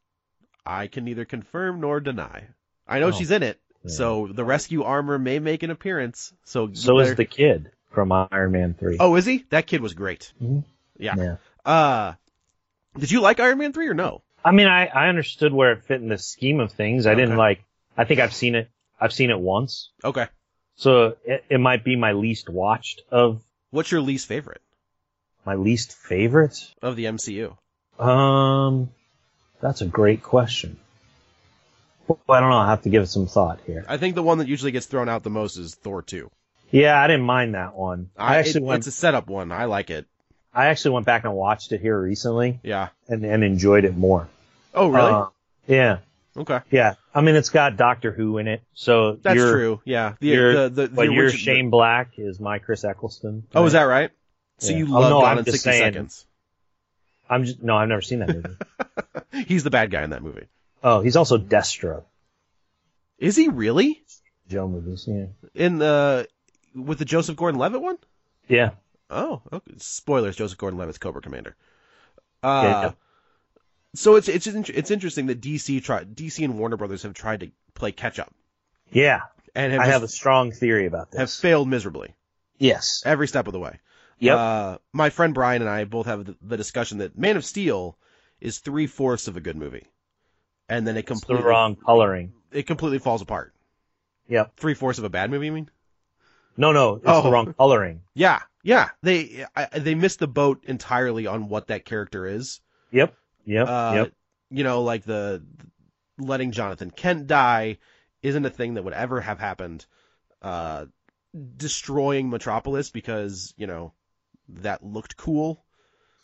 I can neither confirm nor deny. I know Oh. she's in it. So the rescue armor may make an appearance. So you So is better- the kid from Iron Man 3. Oh, is he? That kid was great. Yeah. Yeah. Uh, did you like Iron Man three or no? I mean, I, I understood where it fit in the scheme of things. I didn't Okay. like, I think I've seen it, I've seen it once. Okay. So it, it might be my least watched of What's your least favorite my least favorite. of the MCU? Um, that's a great question. Well, I don't know. I have to give it some thought here. I think the one that usually gets thrown out the most is Thor two. Yeah, I didn't mind that one. I, actually it- went. it's a setup one. I like it. I actually went back and watched it here recently Yeah. and, and enjoyed it more. Oh really? Uh, yeah, okay. yeah. I mean, it's got Doctor Who in it, so That's you're- true. Yeah. The, you're, the, the, the but your origi- Shane Black is my Chris Eccleston. Oh, is that right? So Yeah. you Oh, love no, Gone I'm in just sixty saying. seconds. I'm just no. I've never seen that movie. He's the bad guy in that movie. oh, he's also Destro. Is he really Joe movies. Yeah. in the with the Joseph Gordon-Levitt one? Yeah. Oh, okay. spoilers. Joseph Gordon-Levitt's Cobra Commander. Yeah, Uh, yeah. So it's it's in- it's interesting that DC try, DC and Warner Brothers have tried to play catch up Yeah. and have I just- have a strong theory about this. have failed miserably yes. every step of the way. Yep. Uh, my friend Brian and I both have the, the discussion that Man of Steel is three fourths of a good movie, and then it it's the completely wrong coloring. it completely falls apart. Yep. Three fourths of a bad movie, you mean? No, no, it's Oh. the wrong coloring. Yeah, yeah. They I, I- they missed the boat entirely on what that character is. Yep. Yep. Uh, yep. You know, like the letting Jonathan Kent die isn't a thing that would ever have happened. Uh, destroying Metropolis because you know that looked cool.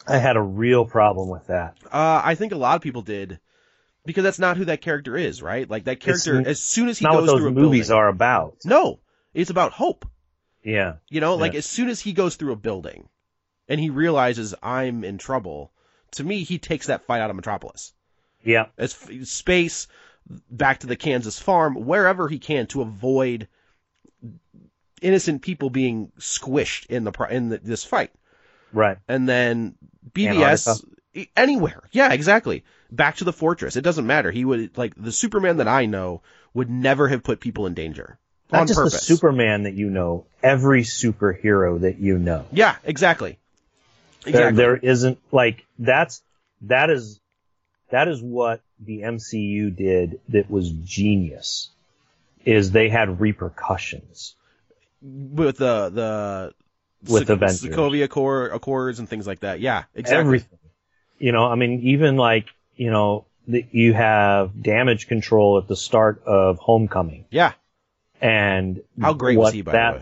I had a real problem with that. Uh, I think a lot of people did because that's not who that character is, right? Like that character, It's n- as soon as It's he not goes what those through a movies building, are about. no, it's about hope. Yeah. You know, like Yeah. as soon as he goes through a building and he realizes I'm in trouble, to me he takes that fight out of Metropolis. Yep. As f- space back to the Kansas farm, wherever he can to avoid innocent people being squished in the pro- in the, this fight. Right. And then BBS e- anywhere. Yeah, exactly. Back to the fortress. It doesn't matter. He would like the Superman that I know would never have put people in danger Not on just purpose. the Superman that you know, every superhero that you know. yeah, exactly. There, there isn't like that's that is that is what the MCU did that was genius. Is they had repercussions. with the the With Sec- Avengers. Sokovia Accord, Accords and things like that. Yeah, exactly. everything. You know, I mean, even like, you know, the, you have damage control at the start of Homecoming. Yeah. And How great what was he by that, the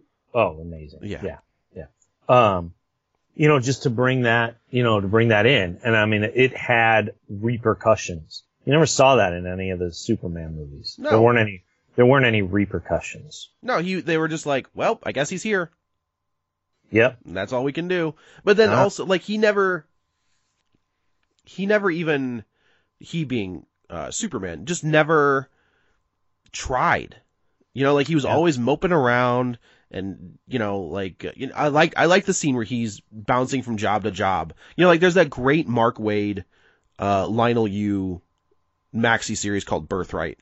way? Oh, amazing. Yeah. Yeah. Yeah. Um, you know, just to bring that, you know, to bring that in. And I mean, it had repercussions. You never saw that in any of the Superman movies. No. There weren't any, there weren't any repercussions. No, he they were just like, well, I guess he's here. Yep. And that's all we can do. But then Yeah. also like he never he never even he being uh, Superman just never tried. You know, like he was always moping around and you know like uh, you know, I like I like the scene where he's bouncing from job to job. You know, like there's that great Mark Wade uh, Lionel U maxi series called Birthright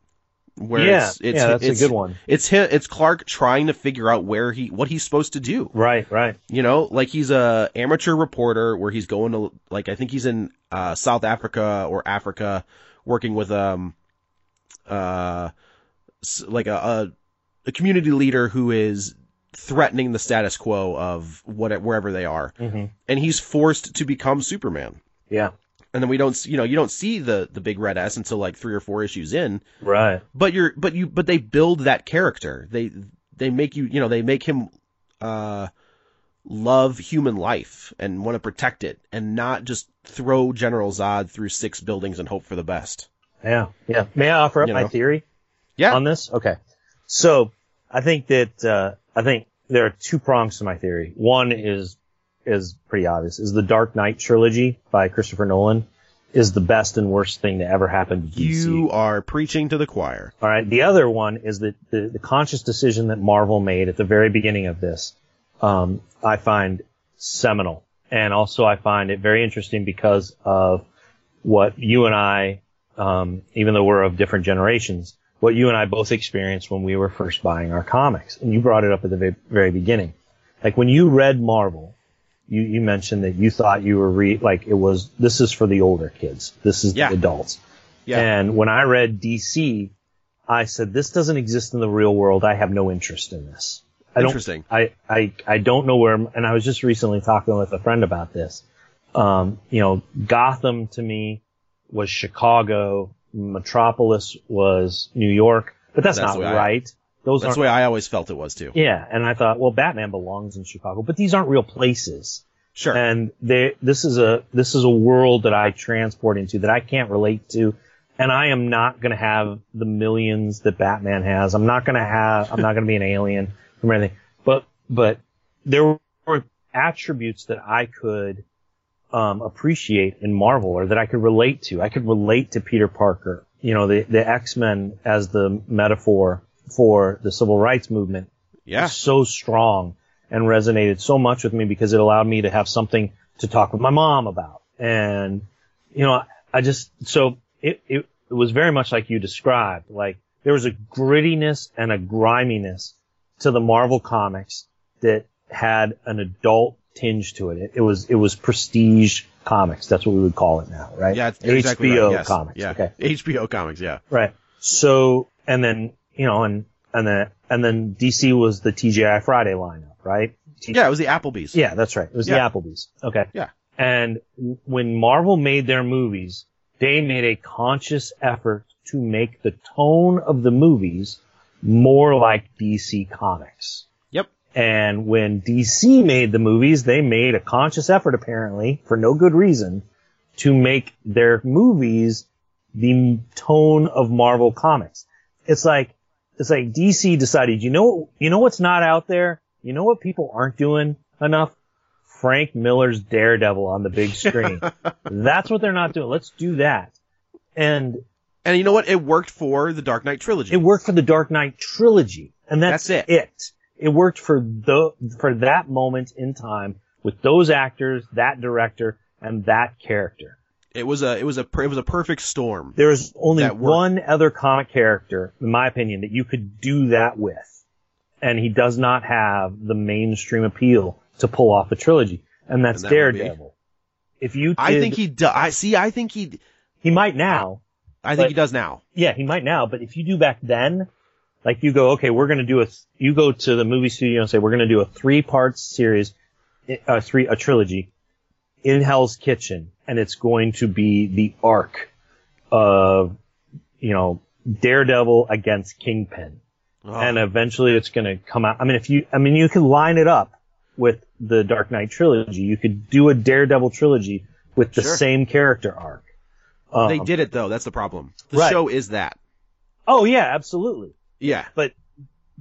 where yeah. it's, it's yeah. That's it's, a good one. It's him, it's Clark trying to figure out where he what he's supposed to do. Right. Right. You know, like he's a amateur reporter where he's going to like I think he's in uh, South Africa or Africa working with um uh s- like a, a a community leader who is threatening the status quo of what wherever they are, Mm-hmm. and he's forced to become Superman. Yeah. And then we don't s- you know you don't see the the big red S until like three or four issues in, Right. but you're but you but they build that character. They they make you you know they make him uh love human life and want to protect it and not just throw General Zod through six buildings and hope for the best. Yeah. Yeah. May I offer up You my know. theory? Yeah. on this? Okay. So I think that uh, I think there are two prongs to my theory. One is is pretty obvious. Is the Dark Knight trilogy by Christopher Nolan is the best and worst thing to ever happen to DC. you are preaching to the choir. All right. The other one is that the, the conscious decision that Marvel made at the very beginning of this, um, I find seminal. And also I find it very interesting because of what you and I, um, even though we're of different generations, what you and I both experienced when we were first buying our comics. And you brought it up at the ve- very beginning. Like when you read Marvel, you, you mentioned that you thought you were re- like it was this is for the older kids. This is Yeah. the adults. Yeah. And when I read DC, I said this doesn't exist in the real world. I have no interest in this. I don't- Interesting. I, I, I don't know where, I'm- and I was just recently talking with a friend about this. Um, you know, Gotham to me was Chicago, Metropolis was New York, but that's, That's the not way I- right. Those That's aren't, the way I always felt it was too. yeah. And I thought, well, Batman belongs in Chicago, but these aren't real places. Sure. And they, this is a, this is a world that I transport into that I can't relate to. And I am not going to have the millions that Batman has. I'm not going to have, I'm not going to be an alien from anything, but, but there were attributes that I could, um, appreciate in Marvel or that I could relate to. I could relate to Peter Parker, you know, the, the X-Men as the metaphor for the civil rights movement yeah. so strong and resonated so much with me because it allowed me to have something to talk with my mom about. And, you know, I- I just, so it, it, it was very much like you described. Like there was a grittiness and a griminess to the Marvel comics that had an adult tinge to it. It, it was, it was prestige comics. That's what we would call it now, right? Yeah. it's HBO exactly right, yes. comics. Yeah. Okay. HBO comics. Yeah. Right. So, and then, you know, and, and then, and then DC was the TGI Friday lineup, right? T- Yeah. It was the Applebee's. Yeah, that's right. It was Yeah. the Applebee's. Okay. Yeah. And w- when Marvel made their movies, they made a conscious effort to make the tone of the movies more like DC comics. Yep. And when DC made the movies, they made a conscious effort, apparently, for no good reason, to make their movies the m- tone of Marvel comics. It's like, it's like DC decided, you know, you know what's not out there? You know what people aren't doing enough? Frank Miller's Daredevil on the big screen. That's what they're not doing. Let's do that. And And you know what? It worked for the Dark Knight trilogy. it worked for the Dark Knight trilogy, and that's, That's it. it. it. worked for the for that moment in time with those actors, that director, and that character. It was a it was a per- it was a perfect storm. There is only That worked. one other comic character, in my opinion, that you could do that with, and he does not have the mainstream appeal to pull off a trilogy, and that's And that would be- Daredevil. If you, I did- think he do- I see. I think he. he might now. I think But- he does now. Yeah, he might now, but if you do back then, like you go, okay, we're going to do a, you go to the movie studio and say, we're going to do a three part series, a three, a trilogy in Hell's Kitchen, and it's going to be the arc of, you know, Daredevil against Kingpin. And eventually it's going to come out. I mean, if you, I mean, you could line it up with the Dark Knight trilogy. You could do a Daredevil trilogy with the Sure. same character arc. Um, they did it though. That's the problem. The Right. show is that. Oh yeah, absolutely. Yeah. but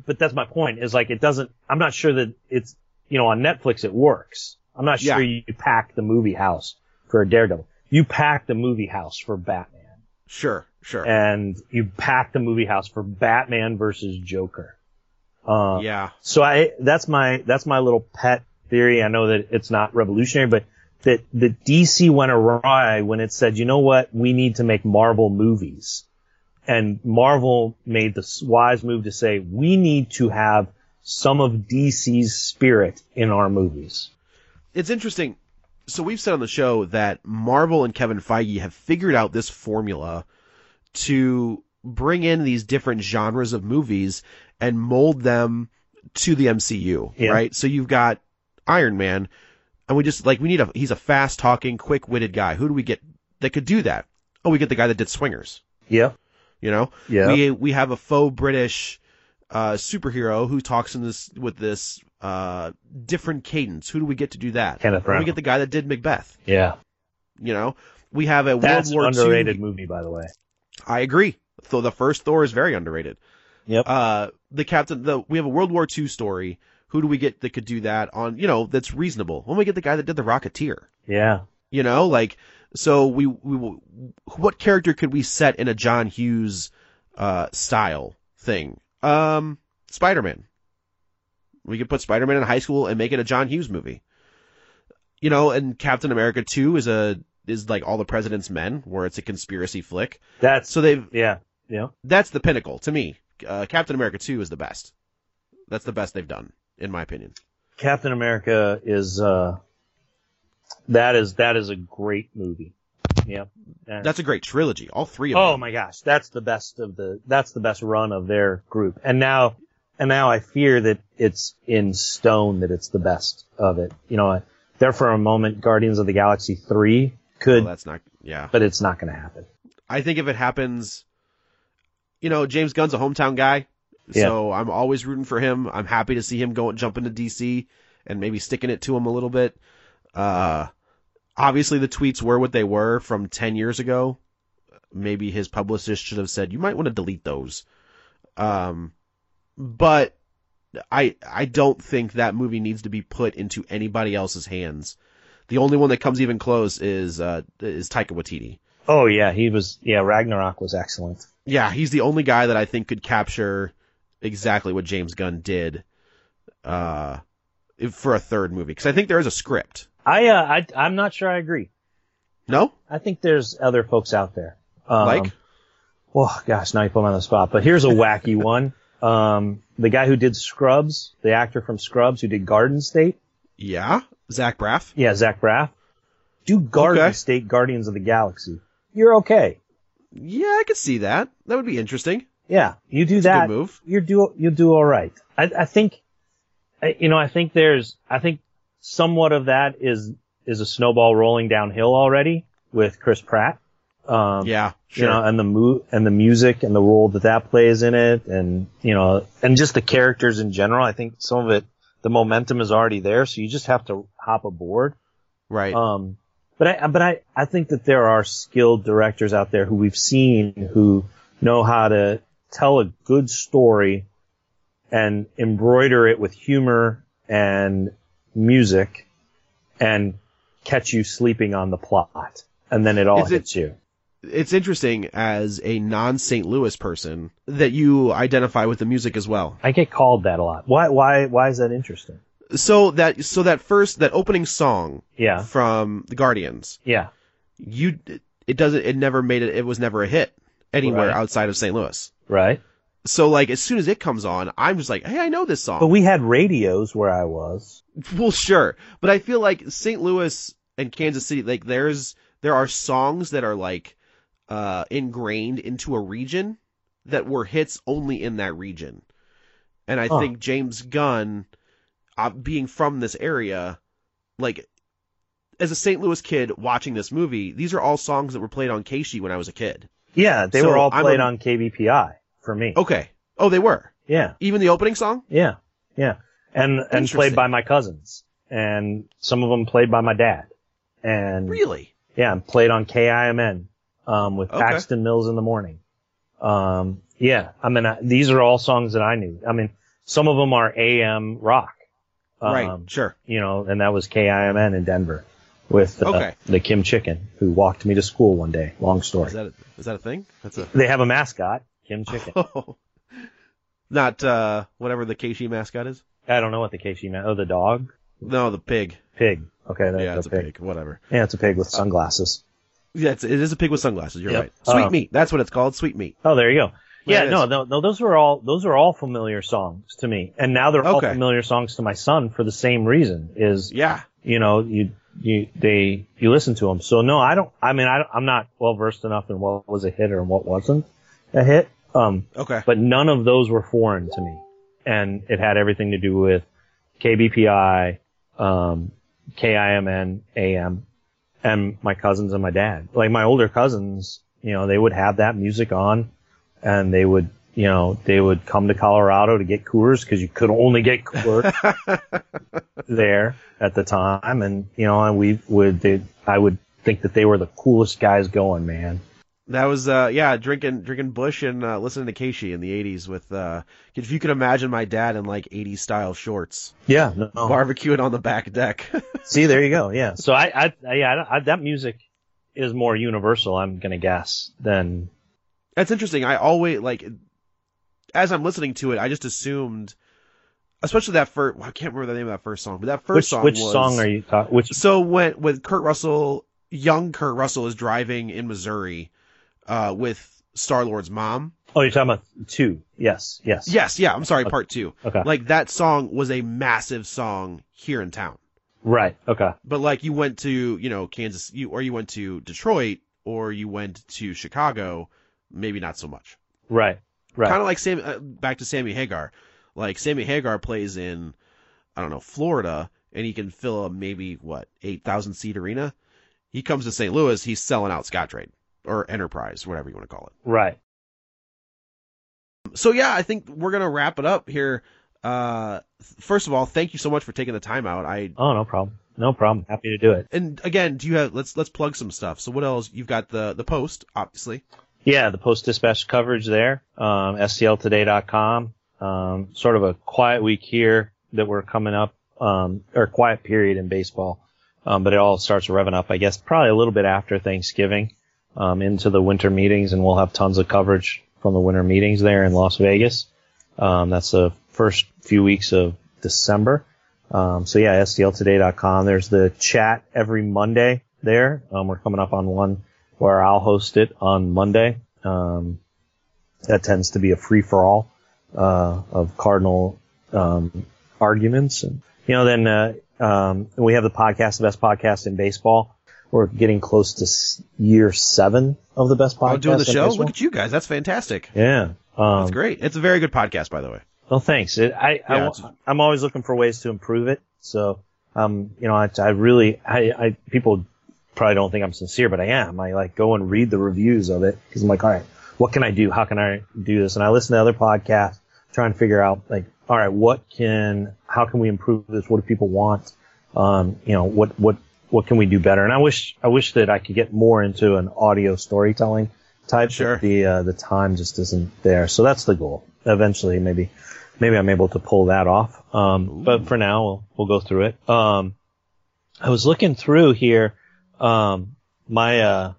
but that's my point is like it doesn't i'm not sure that it's you know on netflix it works i'm not Yeah. sure you pack the movie house for a daredevil you pack the movie house for batman Sure. Sure. and you pack the movie house for batman versus joker uh, yeah. so i that's my that's my little pet theory i know that it's not revolutionary but that the dc went awry when it said you know what we need to make marvel movies and Marvel made the wise move to say we need to have some of DC's spirit in our movies. It's interesting. So we've said on the show that Marvel and Kevin Feige have figured out this formula to bring in these different genres of movies and mold them to the MCU, Yeah. right? So you've got Iron Man, and we just like we need a he's a fast talking, quick witted guy. Who do we get that could do that? Oh, we get the guy that did Swingers. Yep. You know, Yeah. we we have a faux British uh, superhero who talks in this with this uh, different cadence. Who do we get to do that? Kenneth And Branagh. We get the guy that did Macbeth. Yeah. You know, we have a That's an World War underrated II. movie, by the way. I agree. So the first Thor is very underrated. Yep. Uh, the captain. The we have a World War II story. Who do we get that could do that on? You know, that's reasonable. When we get the guy that did the Rocketeer. yeah. You know, like so we we will- what character could we set in a John Hughes uh style thing? Um Spider-Man. We could put Spider-Man in high school and make it a John Hughes movie. You know, and Captain America 2 is a is like all the president's men where it's a conspiracy flick. That's So they've yeah. Yeah. That's the pinnacle to me. Uh, Captain America 2 is the best. That's the best they've done, in my opinion. Captain America is uh, that is that is a great movie. Yeah. That- That's a great trilogy. All three of oh them. my gosh, that's the best of the that's the best run of their group. And now and now I fear that it's in stone that it's the best of it. You know, I- there for a moment Guardians of the Galaxy 3 Well, could that's not. Yeah. but it's not going to happen. I think if it happens, you know, James Gunn's a hometown guy, so I'm always rooting for him. I'm happy to see him go jump into DC and maybe sticking it to him a little bit. Uh, obviously, the tweets were what they were from ten years ago. Maybe his publicist should have said you might want to delete those. Um, but I I don't think that movie needs to be put into anybody else's hands. The only one that comes even close is uh, is Taika Waititi. Oh yeah, he was yeah, Ragnarok was excellent. Yeah, he's the only guy that I think could capture exactly what James Gunn did uh, if- for a third movie. Because I think there is a script. I uh I I'm not sure I agree. No? I think there's other folks out there. Um, Like? Oh gosh, now you put me on the spot. But here's a wacky one. Um, the guy who did Scrubs, the actor from Scrubs who did Garden State, Yeah? Zach Braff? yeah, Zach Braff, do Garden Okay. State Guardians of the Galaxy. You're okay. Yeah, I could see that. That would be interesting. Yeah, you do a good that. move. You do you do all right. I, I think, I, you know, I think there's, I think somewhat of that is is a snowball rolling downhill already with Chris Pratt. Um, Yeah, you sure. know, and the mu- and the music and the role that that plays in it, and you know, and just the characters in general. I think some of it, the momentum is already there, so you just have to hop aboard. right. Um, but I, but I, I think that there are skilled directors out there who we've seen who know how to tell a good story and embroider it with humor and music and catch you sleeping on the plot, and then it all Is it- hits you. it's interesting as a non St. Louis person that you identify with the music as well. I get called that a lot. Why? Why? Why is that interesting? So that so that first that opening song Yeah. from The Guardians, Yeah. you it doesn't it never made it it was never a hit anywhere Right. outside of St. Louis. Right. So like as soon as it comes on, I'm just like, hey, I know this song. But we had radios where I was. well, sure, but I feel like St. Louis and Kansas City, like there's there are songs that are like uh, ingrained into a region that were hits only in that region, and I Huh. think James Gunn, uh, being from this area, like as a St. Louis kid watching this movie, these are all songs that were played on Keishi when I was a kid. Yeah, they So were all I'm played a- on KBPI for me. Okay, oh they were Yeah. even the opening song. Yeah, yeah, and and Interesting. played by my cousins, and some of them played by my dad, and Really? yeah, and played on KIMN um, with Okay. Paxton Mills in the morning. Um, yeah, I mean I, these are all songs that I knew. I mean, some of them are AM rock, um, right. Sure. You know, and that was KIMN in Denver with uh, Okay. the Kim Chicken who walked me to school one day. Long story. Is that a, is that a thing? That's a they have a mascot, Kim Chicken. not uh whatever the Keishi mascot is. I don't know what the KC meant. Oh, the dog, No, the pig. pig. Okay, that's yeah, it's a a pig. Uh, Whatever. Yeah, it's a pig with sunglasses. Yeah, it's, it is a pig with sunglasses. You're Yep. right. Sweet Oh. meat. That's what it's called. Sweet meat. Oh, there you go. Yeah, Yeah, it no, is. no, no, those were all those are all familiar songs to me, and now they're all Okay. familiar songs to my son for the same reason. Is Yeah. you know you you they you listen to them. So no, I don't. I mean, I, don't- I'm not well versed enough in what was a hit or what wasn't a hit. Um, Okay. but none of those were foreign to me, and it had everything to do with KBPI, um, KIMN, AM, and my cousins and my dad. Like my older cousins, you know, they would have that music on, and they would, you know, they would come to Colorado to get Coors because you could only get Coors there at the time, and you know, and we would, they, I would think that they were the coolest guys going, man. That was uh yeah drinking drinking Bush and uh, listening to Keishi in the '80s with uh if you could imagine my dad in like '80s style shorts Yeah, no, barbecuing on the back deck. See, there you go. Yeah. So I, I, I yeah, I, don't- I, that music is more universal. I'm gonna guess than That's interesting. I always like as I'm listening to it, I just assumed, especially that first. I can't remember the name of that first song, but that first which song. which was, song are you talking? Which So when with Kurt Russell, young Kurt Russell is driving in Missouri, uh, with Star Lord's mom, Oh, you're talking about two. Yes. Yes. Yes, yeah, I'm sorry, part two. Okay. Like that song was a massive song here in town. Right. Okay. But like you went to, you know, Kansas, you or you went to Detroit or you went to Chicago, maybe not so much. Right. Right. Kind of like Sam uh, back to Sammy Hagar. Like Sammy Hagar plays in I don't know, Florida and he can fill a maybe what, 8,000 seat arena. He comes to St. Louis, he's selling out Scottrade or Enterprise, whatever you want to call it. right. so yeah, I think we're gonna wrap it up here. Uh, th- first of all, thank you so much for taking the time out. I Oh, no problem. No problem. Happy to do it. and again, do you have? Let's let's plug some stuff. So what else? You've got the the post, obviously. Yeah, the Post Dispatch coverage there, um, stltoday.com. Um, sort of a quiet week here that we're coming up, um, or quiet period in baseball. Um, but it all starts revving up, I guess, probably a little bit after Thanksgiving, um, into the winter meetings, and we'll have tons of coverage from the winter meetings there in Las Vegas. Um, that's the first few weeks of December. Um, so yeah, stltoday.com. There's the chat every Monday there. Um, we're coming up on one where I'll host it on Monday. Um, that tends to be a free for all uh, of Cardinal um, arguments, and you know, then uh, um, we have the podcast, the best podcast in baseball. We're getting close to s- year seven of the best podcast. Oh, doing the in show. baseball. Look at you guys. That's fantastic. yeah, um, That's great. It's a very good podcast, by the way. well, thanks. It, I, Yeah, I, it's- am always looking for ways to improve it. So, um, you know, I, I really, I, I, people probably don't think I'm sincere, but I am. I like go and read the reviews of it because I'm like, all right, what can I do? How can I do this? And I listen to other podcasts, try and figure out like, all right, what can, how can we improve this? What do people want? Um, you know, what, what, what can we do better? And I wish, I wish that I could get more into an audio storytelling type. but Sure. The, uh, the time just isn't there. So that's the goal. Eventually, maybe maybe I'm able to pull that off. Um, but for now, we'll, we'll go through it. Um, I was looking through here. Um, my uh,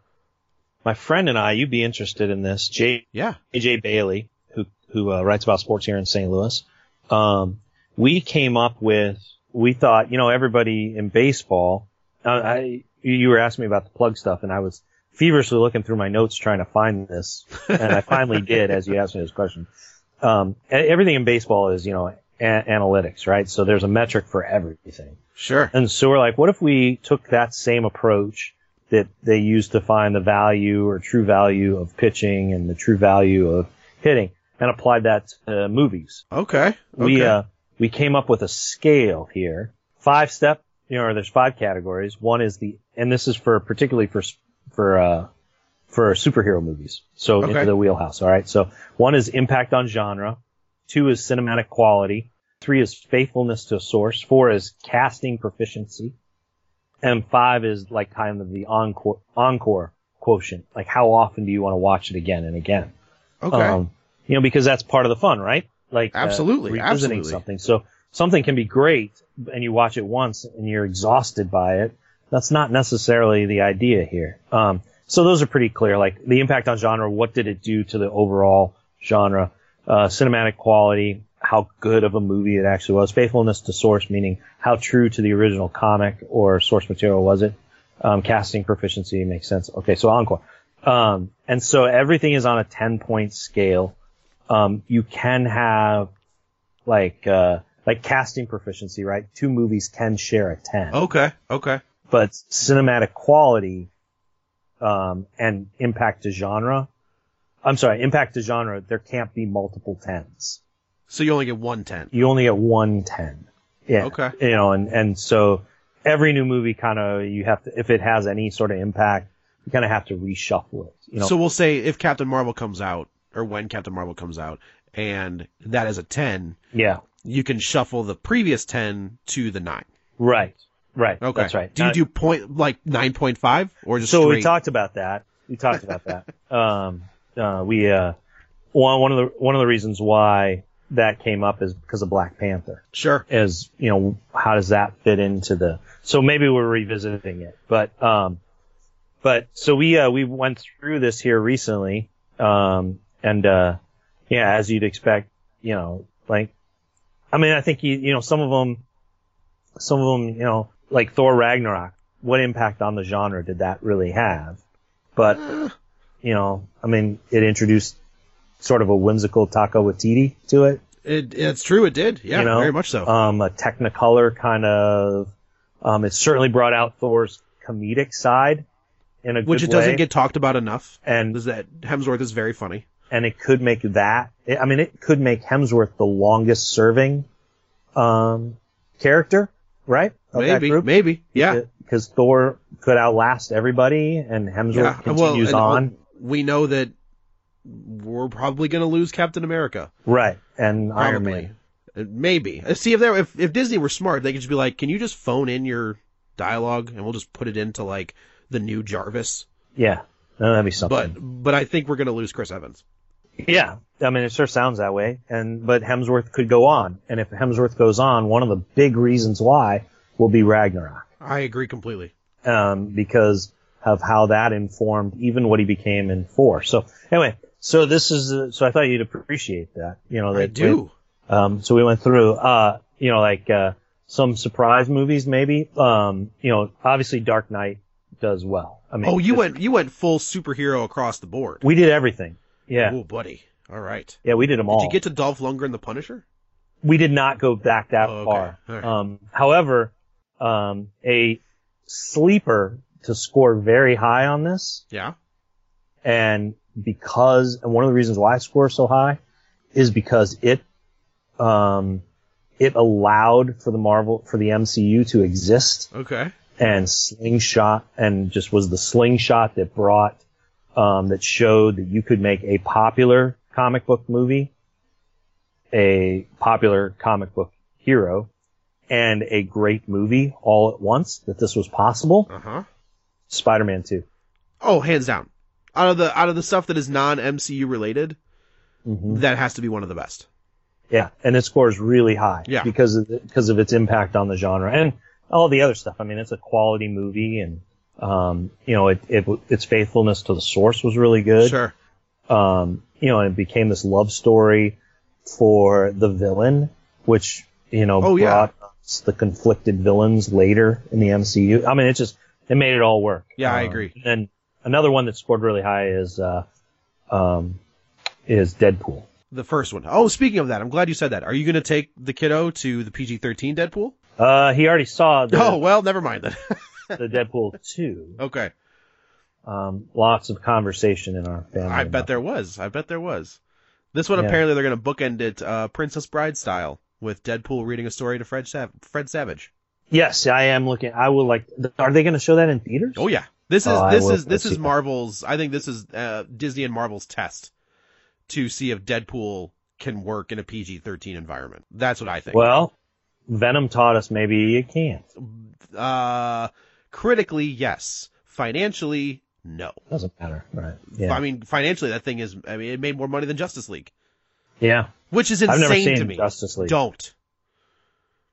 my friend and I, you'd be interested in this. J- Yeah. JJ Bailey, who who uh, writes about sports here in St. Louis. Um, we came up with we thought you know everybody in baseball. Uh, I you were asking me about the plug stuff, and I was feverishly looking through my notes trying to find this, and I finally did as you asked me this question um, e- everything in baseball is, you know, a- analytics, right? So there's a metric for everything. Sure. And so we're like, what if we took that same approach that they use to find the value or true value of pitching and the true value of hitting and applied that to movies? Okay. okay. We, uh, we came up with a scale here. Five step, you know, there's five categories. One is the, and this is for, particularly for, s- for, uh, for superhero movies. So Okay. into the wheelhouse. All right. So one is impact on genre. Two is cinematic quality. Three is faithfulness to a source. Four is casting proficiency. And five is like kind of the encore, encore quotient. Like how often do you want to watch it again and again? okay. Um, you know, because that's part of the fun, right? Like uh, Absolutely, revisiting absolutely. something. So something can be great, and you watch it once and you're exhausted by it. That's not necessarily the idea here. Um, so those are pretty clear. Like the impact on genre. What did it do to the overall genre? Uh, cinematic quality. How good of a movie it actually was. Faithfulness to source, meaning how true to the original comic or source material was it? Um, casting proficiency makes sense. Okay, so encore. Um, and so everything is on a 10 point scale. Um, you can have like, uh, like casting proficiency, right? Two movies can share a 10, okay. Okay. but cinematic quality, um, and impact to genre. I'm sorry, impact to genre, there can't be multiple 10s So you only get one ten. you only get one ten. Yeah. Okay. You know, and and so every new movie kind of you have to if it has any sort of impact, you kind of have to reshuffle it. You know. So we'll say if Captain Marvel comes out or when Captain Marvel comes out, and that is a ten, yeah. you can shuffle the previous ten to the nine. Right. Right. Okay. That's right. Do you Now- do point like nine point five or just so straight? we talked about that. We talked about that. Um, uh, we uh, one one of the one of the reasons why that came up is because of Black Panther. Sure. Is you know how does that fit into the? So maybe we're revisiting it, but um, but so we uh, we went through this here recently, um, and uh, yeah, as you'd expect, you know, like, I mean, I think you you know some of them, some of them, you know, like Thor Ragnarok. What impact on the genre did that really have? But you know, I mean, it introduced sort of a whimsical Taika Waititi to it. It, it's true. It did. Yeah, you know, very much so. Um, a Technicolor kind of. Um, it certainly brought out Thor's comedic side in a Which good it doesn't way, get talked about enough. And- is that Hemsworth is very funny. and it could make that. I mean, it could make Hemsworth the longest serving um, character, right? Of that Maybe, group. maybe, yeah, because Thor could outlast everybody, and Hemsworth yeah. continues and, uh, on. We know that we're probably going to lose Captain America. Right, and Iron Probably. Man. Uh, Maybe. Uh, See if they were- if if Disney were smart, they could just be like, "Can you just phone in your dialogue and we'll just put it into like the new Jarvis." Yeah, no, that'd be But something. but I think we're gonna lose Chris Evans. yeah, I mean, it sure sounds that way. And but Hemsworth could go on, and if Hemsworth goes on, one of the big reasons why will be Ragnarok, I agree completely. um, because of how that informed even what he became in four. So anyway, so this is uh, so I thought you'd appreciate that. You know, that I do. Um, so we went through, uh, you know, like, uh, some surprise movies, maybe. Um, you know, obviously Dark Knight does well. I mean, Oh, you just- went you went full superhero across the board. We did everything. Yeah. Oh, buddy. All right. Yeah, we did them all. Did you get to Dolph Lundgren the Punisher? we did not go back that Oh, okay. far. All right. Um, however, um, a sleeper to score very high on this Yeah. and because and one of the reasons why I score so high is because it um it allowed for the Marvel for the MCU to exist Okay. and slingshot and just was the slingshot that brought um that showed that you could make a popular comic book movie a popular comic book hero and a great movie all at once that this was possible Uh huh. Spider-Man 2 Oh, hands down. Out of the out of the stuff that is non MCU related, Mm-hmm. that has to be one of the best. Yeah, and it scores really high Yeah. because of the, because of its impact on the genre and all the other stuff. I mean, it's a quality movie, and um, you know, it, it w- its faithfulness to the source was really good. Sure. Um, you know, and it became this love story for the villain, which you know Oh, yeah. brought us the conflicted villains later in the MCU. I mean, it just it made it all work. Yeah, I Um, agree. And then another one that scored really high is uh, um, is Deadpool. The first one. Oh, speaking of that, I'm glad you said that. Are you gonna take the kiddo to the PG thirteen Deadpool? Uh, he already saw the, Oh well, never mind then. the Deadpool 2. okay. Um, lots of conversation in our family. I bet there was. I bet there was. This one Yeah. apparently they're gonna bookend it uh, Princess Bride style with Deadpool reading a story to Fred Sav- Fred Savage. Yes, I am looking. I will like. Are they going to show that in theaters? Oh yeah. This is Oh, I this will- is this let's is see that. Marvel's. I think this is uh, Disney and Marvel's test to see if Deadpool can work in a PG thirteen environment. That's what I think. Well, Venom taught us maybe it can't. uh, critically, yes. Financially, no. Doesn't matter, right? Yeah. I mean, financially, that thing is. I mean, it made more money than Justice League, yeah. which is I've insane never to seen me. Justice League. Don't.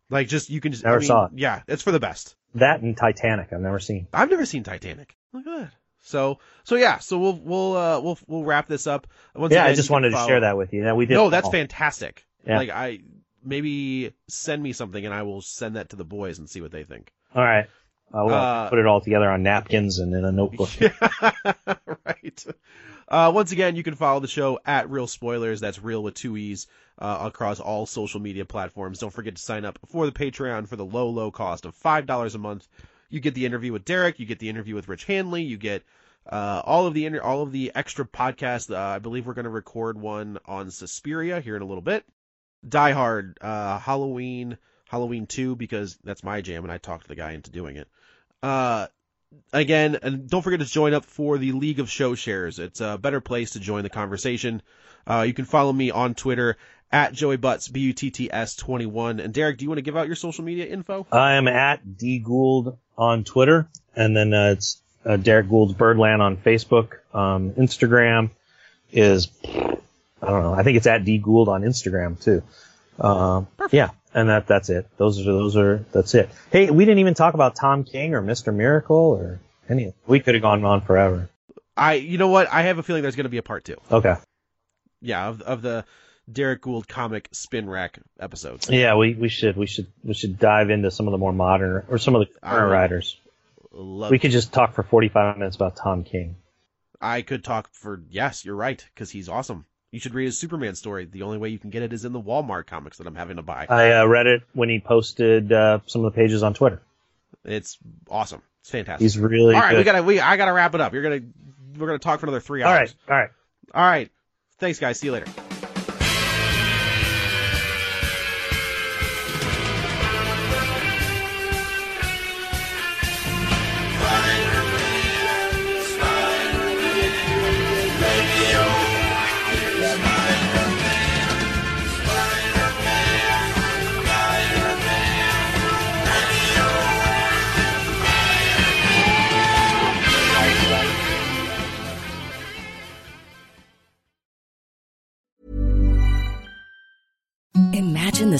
Like, just you can just. I Never mean, saw it. Yeah, it's for the best. That and Titanic, I've never seen. I've never seen Titanic. Look at that. So, so yeah. So we'll we'll uh, we'll we'll wrap this up. Once yeah, I again, you just can wanted to follow- share that with you. That we did. No, that's all. fantastic. Yeah. Like I maybe send me something and I will send that to the boys and see what they think. All right. I will Uh, put it all together on napkins and in a notebook. right. Uh, once again, you can follow the show at Real Spoilers. That's real with two E's uh, across all social media platforms. Don't forget to sign up for the Patreon for the low, low cost of $5 a month. You get the interview with Derek. You get the interview with Rich Hanley. You get uh, all of the inter- all of the extra podcasts. Uh, I believe we're going to record one on Suspiria here in a little bit. Die Hard, uh, Halloween, Halloween 2, because that's my jam and I talked the guy into doing it. Uh, again, and don't forget to join up for the League of Show Shares. It's a better place to join the conversation. Uh, you can follow me on Twitter at Joey Butts, B U T T S 21. And Derek, do you want to give out your social media info? I am at D Gould on Twitter, and then uh, it's uh, Derek Gould's Birdland on Facebook. Um, Instagram is I don't know. I think it's at D Gould on Instagram too. Um, yeah, and that that's it. Those are those are that's it. Hey, we didn't even talk about Tom King or Mister Miracle or any. We could have gone on forever. I, you know what? I have a feeling there's going to be a part two. Okay. Yeah, of, of the Derek Gould comic spin rack episodes. Yeah, we, we should we should we should dive into some of the more modern or some of the current Uh, writers. Love We could just talk for forty five minutes about Tom King. I could talk for, yes, you're right, because he's awesome. You should read his Superman story. The only way you can get it is in the Walmart comics that I'm having to buy. I uh, read it when he posted uh, some of the pages on Twitter. It's awesome. It's fantastic. He's really All right, good. we gotta we I gotta wrap it up. You're gonna we're gonna talk for another three hours. all right, all right. All right. Thanks, guys. See you later. Imagine the